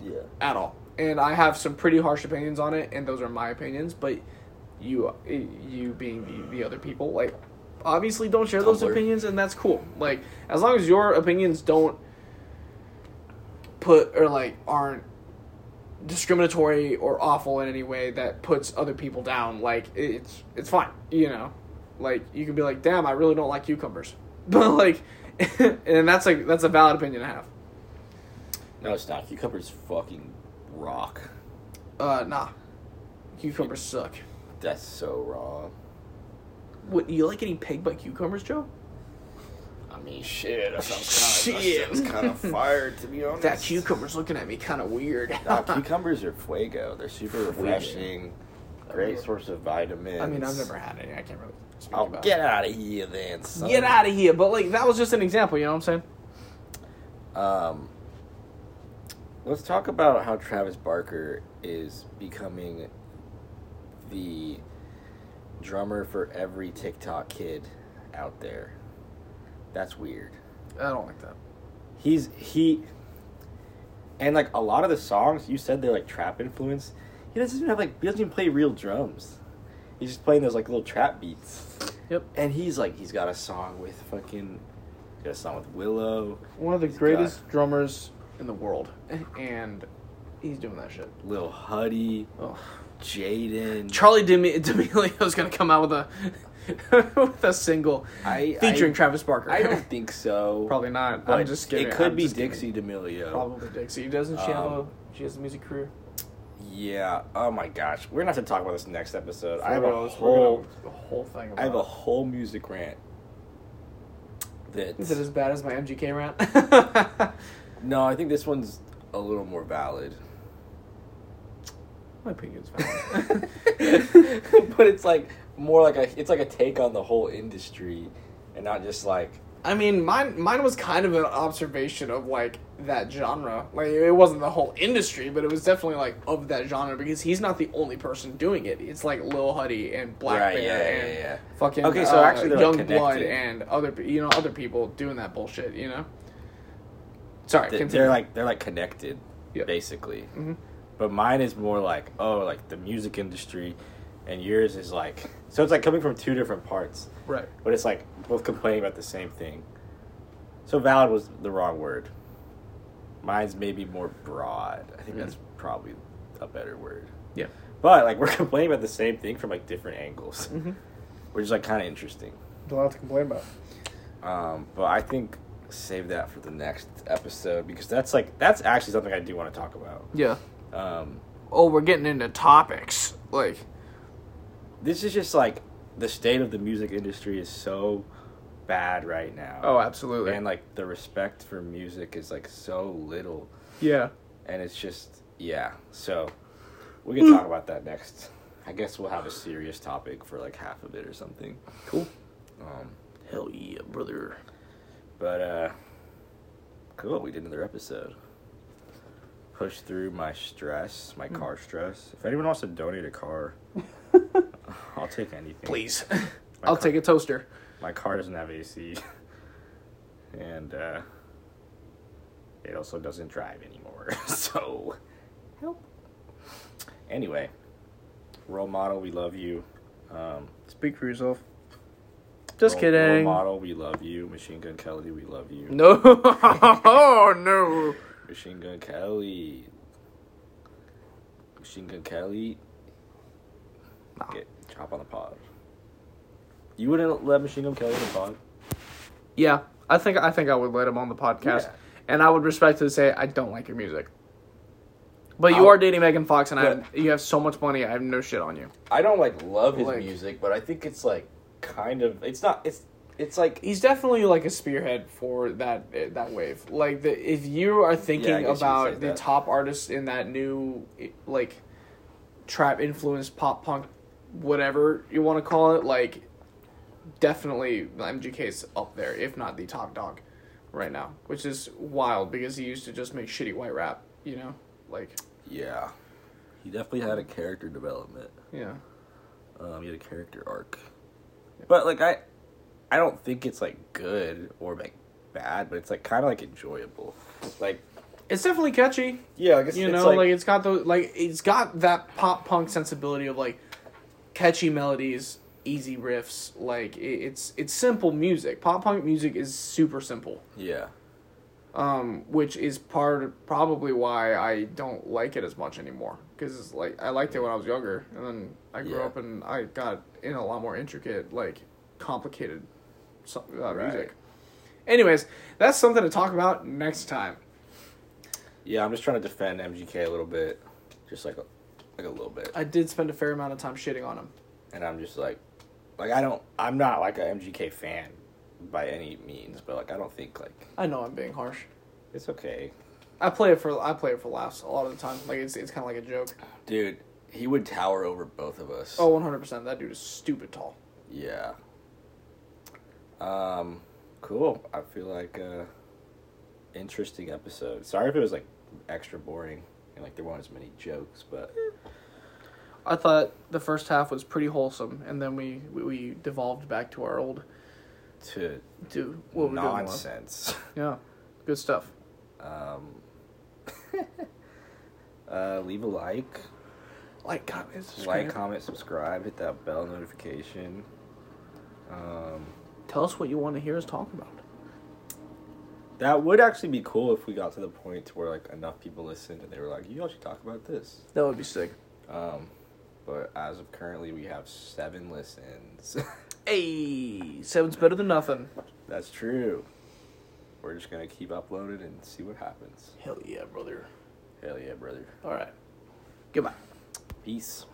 [SPEAKER 2] Yeah.
[SPEAKER 1] at all. And I have some pretty harsh opinions on it, and those are my opinions. But you, you being the, the other people, like obviously don't share those
[SPEAKER 2] Tumblr.
[SPEAKER 1] opinions, and that's cool. Like as long as your opinions don't put or like aren't discriminatory or awful in any way that puts other people down, like it- it's it's fine. You know, like you can be like, damn, I really don't like cucumbers, but like, and that's like that's a valid opinion to have.
[SPEAKER 2] No, it's not. Cucumbers fucking rock.
[SPEAKER 1] Uh, nah, cucumbers suck.
[SPEAKER 2] That's so wrong.
[SPEAKER 1] What you like eating pig butt cucumbers, Joe?
[SPEAKER 2] I mean, shit. That sounds kinda,
[SPEAKER 1] Shit.
[SPEAKER 2] That sounds kind of fired, to be honest.
[SPEAKER 1] That cucumber's looking at me kind of weird.
[SPEAKER 2] Nah, cucumbers are fuego. They're super refreshing. Great source of vitamins.
[SPEAKER 1] I mean, I've never had any. I can't really speak
[SPEAKER 2] Oh,
[SPEAKER 1] about.
[SPEAKER 2] get out of here then, son.
[SPEAKER 1] get out of here! But like that was just an example. You know what I'm saying?
[SPEAKER 2] Um, let's talk about how Travis Barker is becoming the drummer for every TikTok kid out there. That's weird.
[SPEAKER 1] I don't like that.
[SPEAKER 2] He's he and like a lot of the songs you said they're like trap influence. He doesn't even have like he doesn't even play real drums. He's just playing those like little trap beats.
[SPEAKER 1] Yep.
[SPEAKER 2] And he's like he's got a song with fucking he's got a song with Willow,
[SPEAKER 1] One of the
[SPEAKER 2] He's
[SPEAKER 1] greatest drummers in the world, and he's doing that shit.
[SPEAKER 2] Lil Huddy,
[SPEAKER 1] Oh.
[SPEAKER 2] Jaden.
[SPEAKER 1] Charlie D'Ami- D'Amelio's gonna come out with a with a single
[SPEAKER 2] I-
[SPEAKER 1] featuring
[SPEAKER 2] I-
[SPEAKER 1] Travis Barker.
[SPEAKER 2] I don't think so.
[SPEAKER 1] Probably not.
[SPEAKER 2] But
[SPEAKER 1] I'm just kidding.
[SPEAKER 2] It could
[SPEAKER 1] I'm
[SPEAKER 2] be
[SPEAKER 1] just kidding.
[SPEAKER 2] Dixie D'Amelio.
[SPEAKER 1] Probably Dixie. Doesn't she have a
[SPEAKER 2] Um,
[SPEAKER 1] she has a music career?
[SPEAKER 2] Yeah. Oh my gosh. We're not to talk about this next episode. I have
[SPEAKER 1] For
[SPEAKER 2] a
[SPEAKER 1] reals,
[SPEAKER 2] whole.
[SPEAKER 1] we're gonna, the whole thing. About
[SPEAKER 2] I have a
[SPEAKER 1] it.
[SPEAKER 2] whole music rant. That
[SPEAKER 1] Is it as bad as my MGK rant?
[SPEAKER 2] no, I think this one's a little more valid.
[SPEAKER 1] my opinion's valid.
[SPEAKER 2] but it's like more like a. It's like a take on the whole industry, and not just like
[SPEAKER 1] I mean, mine mine was kind of an observation of like that genre. Like it wasn't the whole industry, but it was definitely like of that genre because he's not the only person doing it. It's like Lil Huddy and Black
[SPEAKER 2] Right,
[SPEAKER 1] Bear
[SPEAKER 2] yeah, yeah,
[SPEAKER 1] and
[SPEAKER 2] yeah.
[SPEAKER 1] fucking
[SPEAKER 2] Okay, so
[SPEAKER 1] uh,
[SPEAKER 2] actually they're, like,
[SPEAKER 1] Young Blood
[SPEAKER 2] connected.
[SPEAKER 1] and other pe- you know other people doing that bullshit. You know. Sorry,
[SPEAKER 2] th-
[SPEAKER 1] continue.
[SPEAKER 2] they're like they're like connected.
[SPEAKER 1] Yeah.
[SPEAKER 2] basically.
[SPEAKER 1] Mhm.
[SPEAKER 2] But mine is more like, oh, like the music industry, and yours is like, so it's like coming from two different parts,
[SPEAKER 1] Right.
[SPEAKER 2] but it's like both complaining about the same thing. So valid was the wrong word. Mine's maybe more broad. I
[SPEAKER 1] Mm-hmm.
[SPEAKER 2] think that's probably a better word.
[SPEAKER 1] Yeah.
[SPEAKER 2] But like we're complaining about the same thing from like different angles,
[SPEAKER 1] Mm-hmm.
[SPEAKER 2] which is like kind of interesting.
[SPEAKER 1] Don't have to complain about.
[SPEAKER 2] Um, but I think save that for the next episode because that's like that's actually something I do want to talk about.
[SPEAKER 1] Yeah.
[SPEAKER 2] Um,
[SPEAKER 1] Oh, we're getting into topics. Like,
[SPEAKER 2] this is just like the state of the music industry is so bad right now.
[SPEAKER 1] oh, absolutely.
[SPEAKER 2] and like the respect for music is like so little,
[SPEAKER 1] yeah.
[SPEAKER 2] and it's just yeah. So we can talk about that next. I guess we'll have a serious topic for like half of it or something.
[SPEAKER 1] Cool.
[SPEAKER 2] Um,
[SPEAKER 1] Hell yeah, brother.
[SPEAKER 2] But uh cool, we did another episode. Push through my stress,
[SPEAKER 1] Hmm.
[SPEAKER 2] my car stress. If anyone wants to donate a car, I'll take anything.
[SPEAKER 1] Please.
[SPEAKER 2] My
[SPEAKER 1] I'll
[SPEAKER 2] car-
[SPEAKER 1] take a toaster.
[SPEAKER 2] My car doesn't have AC. and uh it also doesn't drive anymore. so help. Anyway, role model, we love you. Um
[SPEAKER 1] Speak for yourself. Just
[SPEAKER 2] role-
[SPEAKER 1] kidding.
[SPEAKER 2] Role model, we love you. Machine Gun Kelly, we love you.
[SPEAKER 1] No. oh, no.
[SPEAKER 2] Machine Gun Kelly. Machine Gun Kelly.
[SPEAKER 1] Nah.
[SPEAKER 2] Get chop on the pod. You wouldn't let Machine Gun Kelly on the pod?
[SPEAKER 1] Yeah, I think I think I would let him on the podcast,
[SPEAKER 2] Yeah.
[SPEAKER 1] and I would respectfully say I don't like your music. But you
[SPEAKER 2] I'll-
[SPEAKER 1] are dating Megan Fox, and I
[SPEAKER 2] But-
[SPEAKER 1] have, you have so much money. I have no shit on you.
[SPEAKER 2] I don't like love his
[SPEAKER 1] Like-
[SPEAKER 2] music, but I think it's like kind of it's not it's it's like
[SPEAKER 1] He's definitely like a spearhead for that eh, that wave. Like the, if you are
[SPEAKER 2] Yeah, I
[SPEAKER 1] thinking
[SPEAKER 2] guess you could say
[SPEAKER 1] about the
[SPEAKER 2] that.
[SPEAKER 1] top artists in that new eh, like trap influenced pop punk, whatever you want to call it, like definitely MGK's up there, if not the top dog, right now. Which is wild because he used to just make shitty white rap. You know, like
[SPEAKER 2] yeah. He definitely had a character development.
[SPEAKER 1] yeah,
[SPEAKER 2] Um, he had a character arc. But like I I don't think it's like good or like bad, but it's like kind of like enjoyable. Like
[SPEAKER 1] it's definitely catchy.
[SPEAKER 2] yeah, I guess
[SPEAKER 1] you know like, it's got those like it's got that pop punk sensibility of like catchy melodies easy riffs like it, it's it's simple music pop punk music is super simple
[SPEAKER 2] yeah.
[SPEAKER 1] um which is part probably why i don't like it as much anymore because like i liked it when i was younger and then i grew
[SPEAKER 2] Yeah.
[SPEAKER 1] up and i got in a lot more intricate like complicated so- uh,
[SPEAKER 2] Right.
[SPEAKER 1] music anyways that's something to talk about next time
[SPEAKER 2] Yeah, I'm just trying to defend MGK a little bit, just like a, like a little bit,
[SPEAKER 1] i did spend a fair amount of time shitting on him
[SPEAKER 2] and I'm just like, like I don't, I'm not like a MGK fan by any means, but like I don't think like
[SPEAKER 1] i know i'm being harsh
[SPEAKER 2] it's okay,
[SPEAKER 1] I play it for I play it for laughs a lot of the time. Like it's it's kind of like a joke.
[SPEAKER 2] dude. He would tower over both of us.
[SPEAKER 1] Oh, 100 percent. That dude is stupid tall.
[SPEAKER 2] yeah. Um, cool. I feel like uh, interesting episode. Sorry if it was like extra boring and like there weren't as many jokes, but
[SPEAKER 1] Eh. I thought the first half was pretty wholesome, and then we we, we devolved back to our old
[SPEAKER 2] to
[SPEAKER 1] to what we nonsense.
[SPEAKER 2] nonsense.
[SPEAKER 1] Yeah, good stuff.
[SPEAKER 2] Um, uh, leave a like,
[SPEAKER 1] Like comment,
[SPEAKER 2] like,
[SPEAKER 1] subscribe.
[SPEAKER 2] comment, subscribe, hit that bell notification. Um,
[SPEAKER 1] Tell us what you want to hear us talk about.
[SPEAKER 2] that would actually be cool if we got to the point to where like enough people listened and they were like, "You all should talk about this."
[SPEAKER 1] That would be sick.
[SPEAKER 2] Um, but as of currently, we have seven listens.
[SPEAKER 1] Hey, seven's better than nothing.
[SPEAKER 2] That's true. We're just gonna keep uploading and see what happens.
[SPEAKER 1] Hell yeah, brother.
[SPEAKER 2] Hell yeah, brother.
[SPEAKER 1] All right. Goodbye.
[SPEAKER 2] Peace.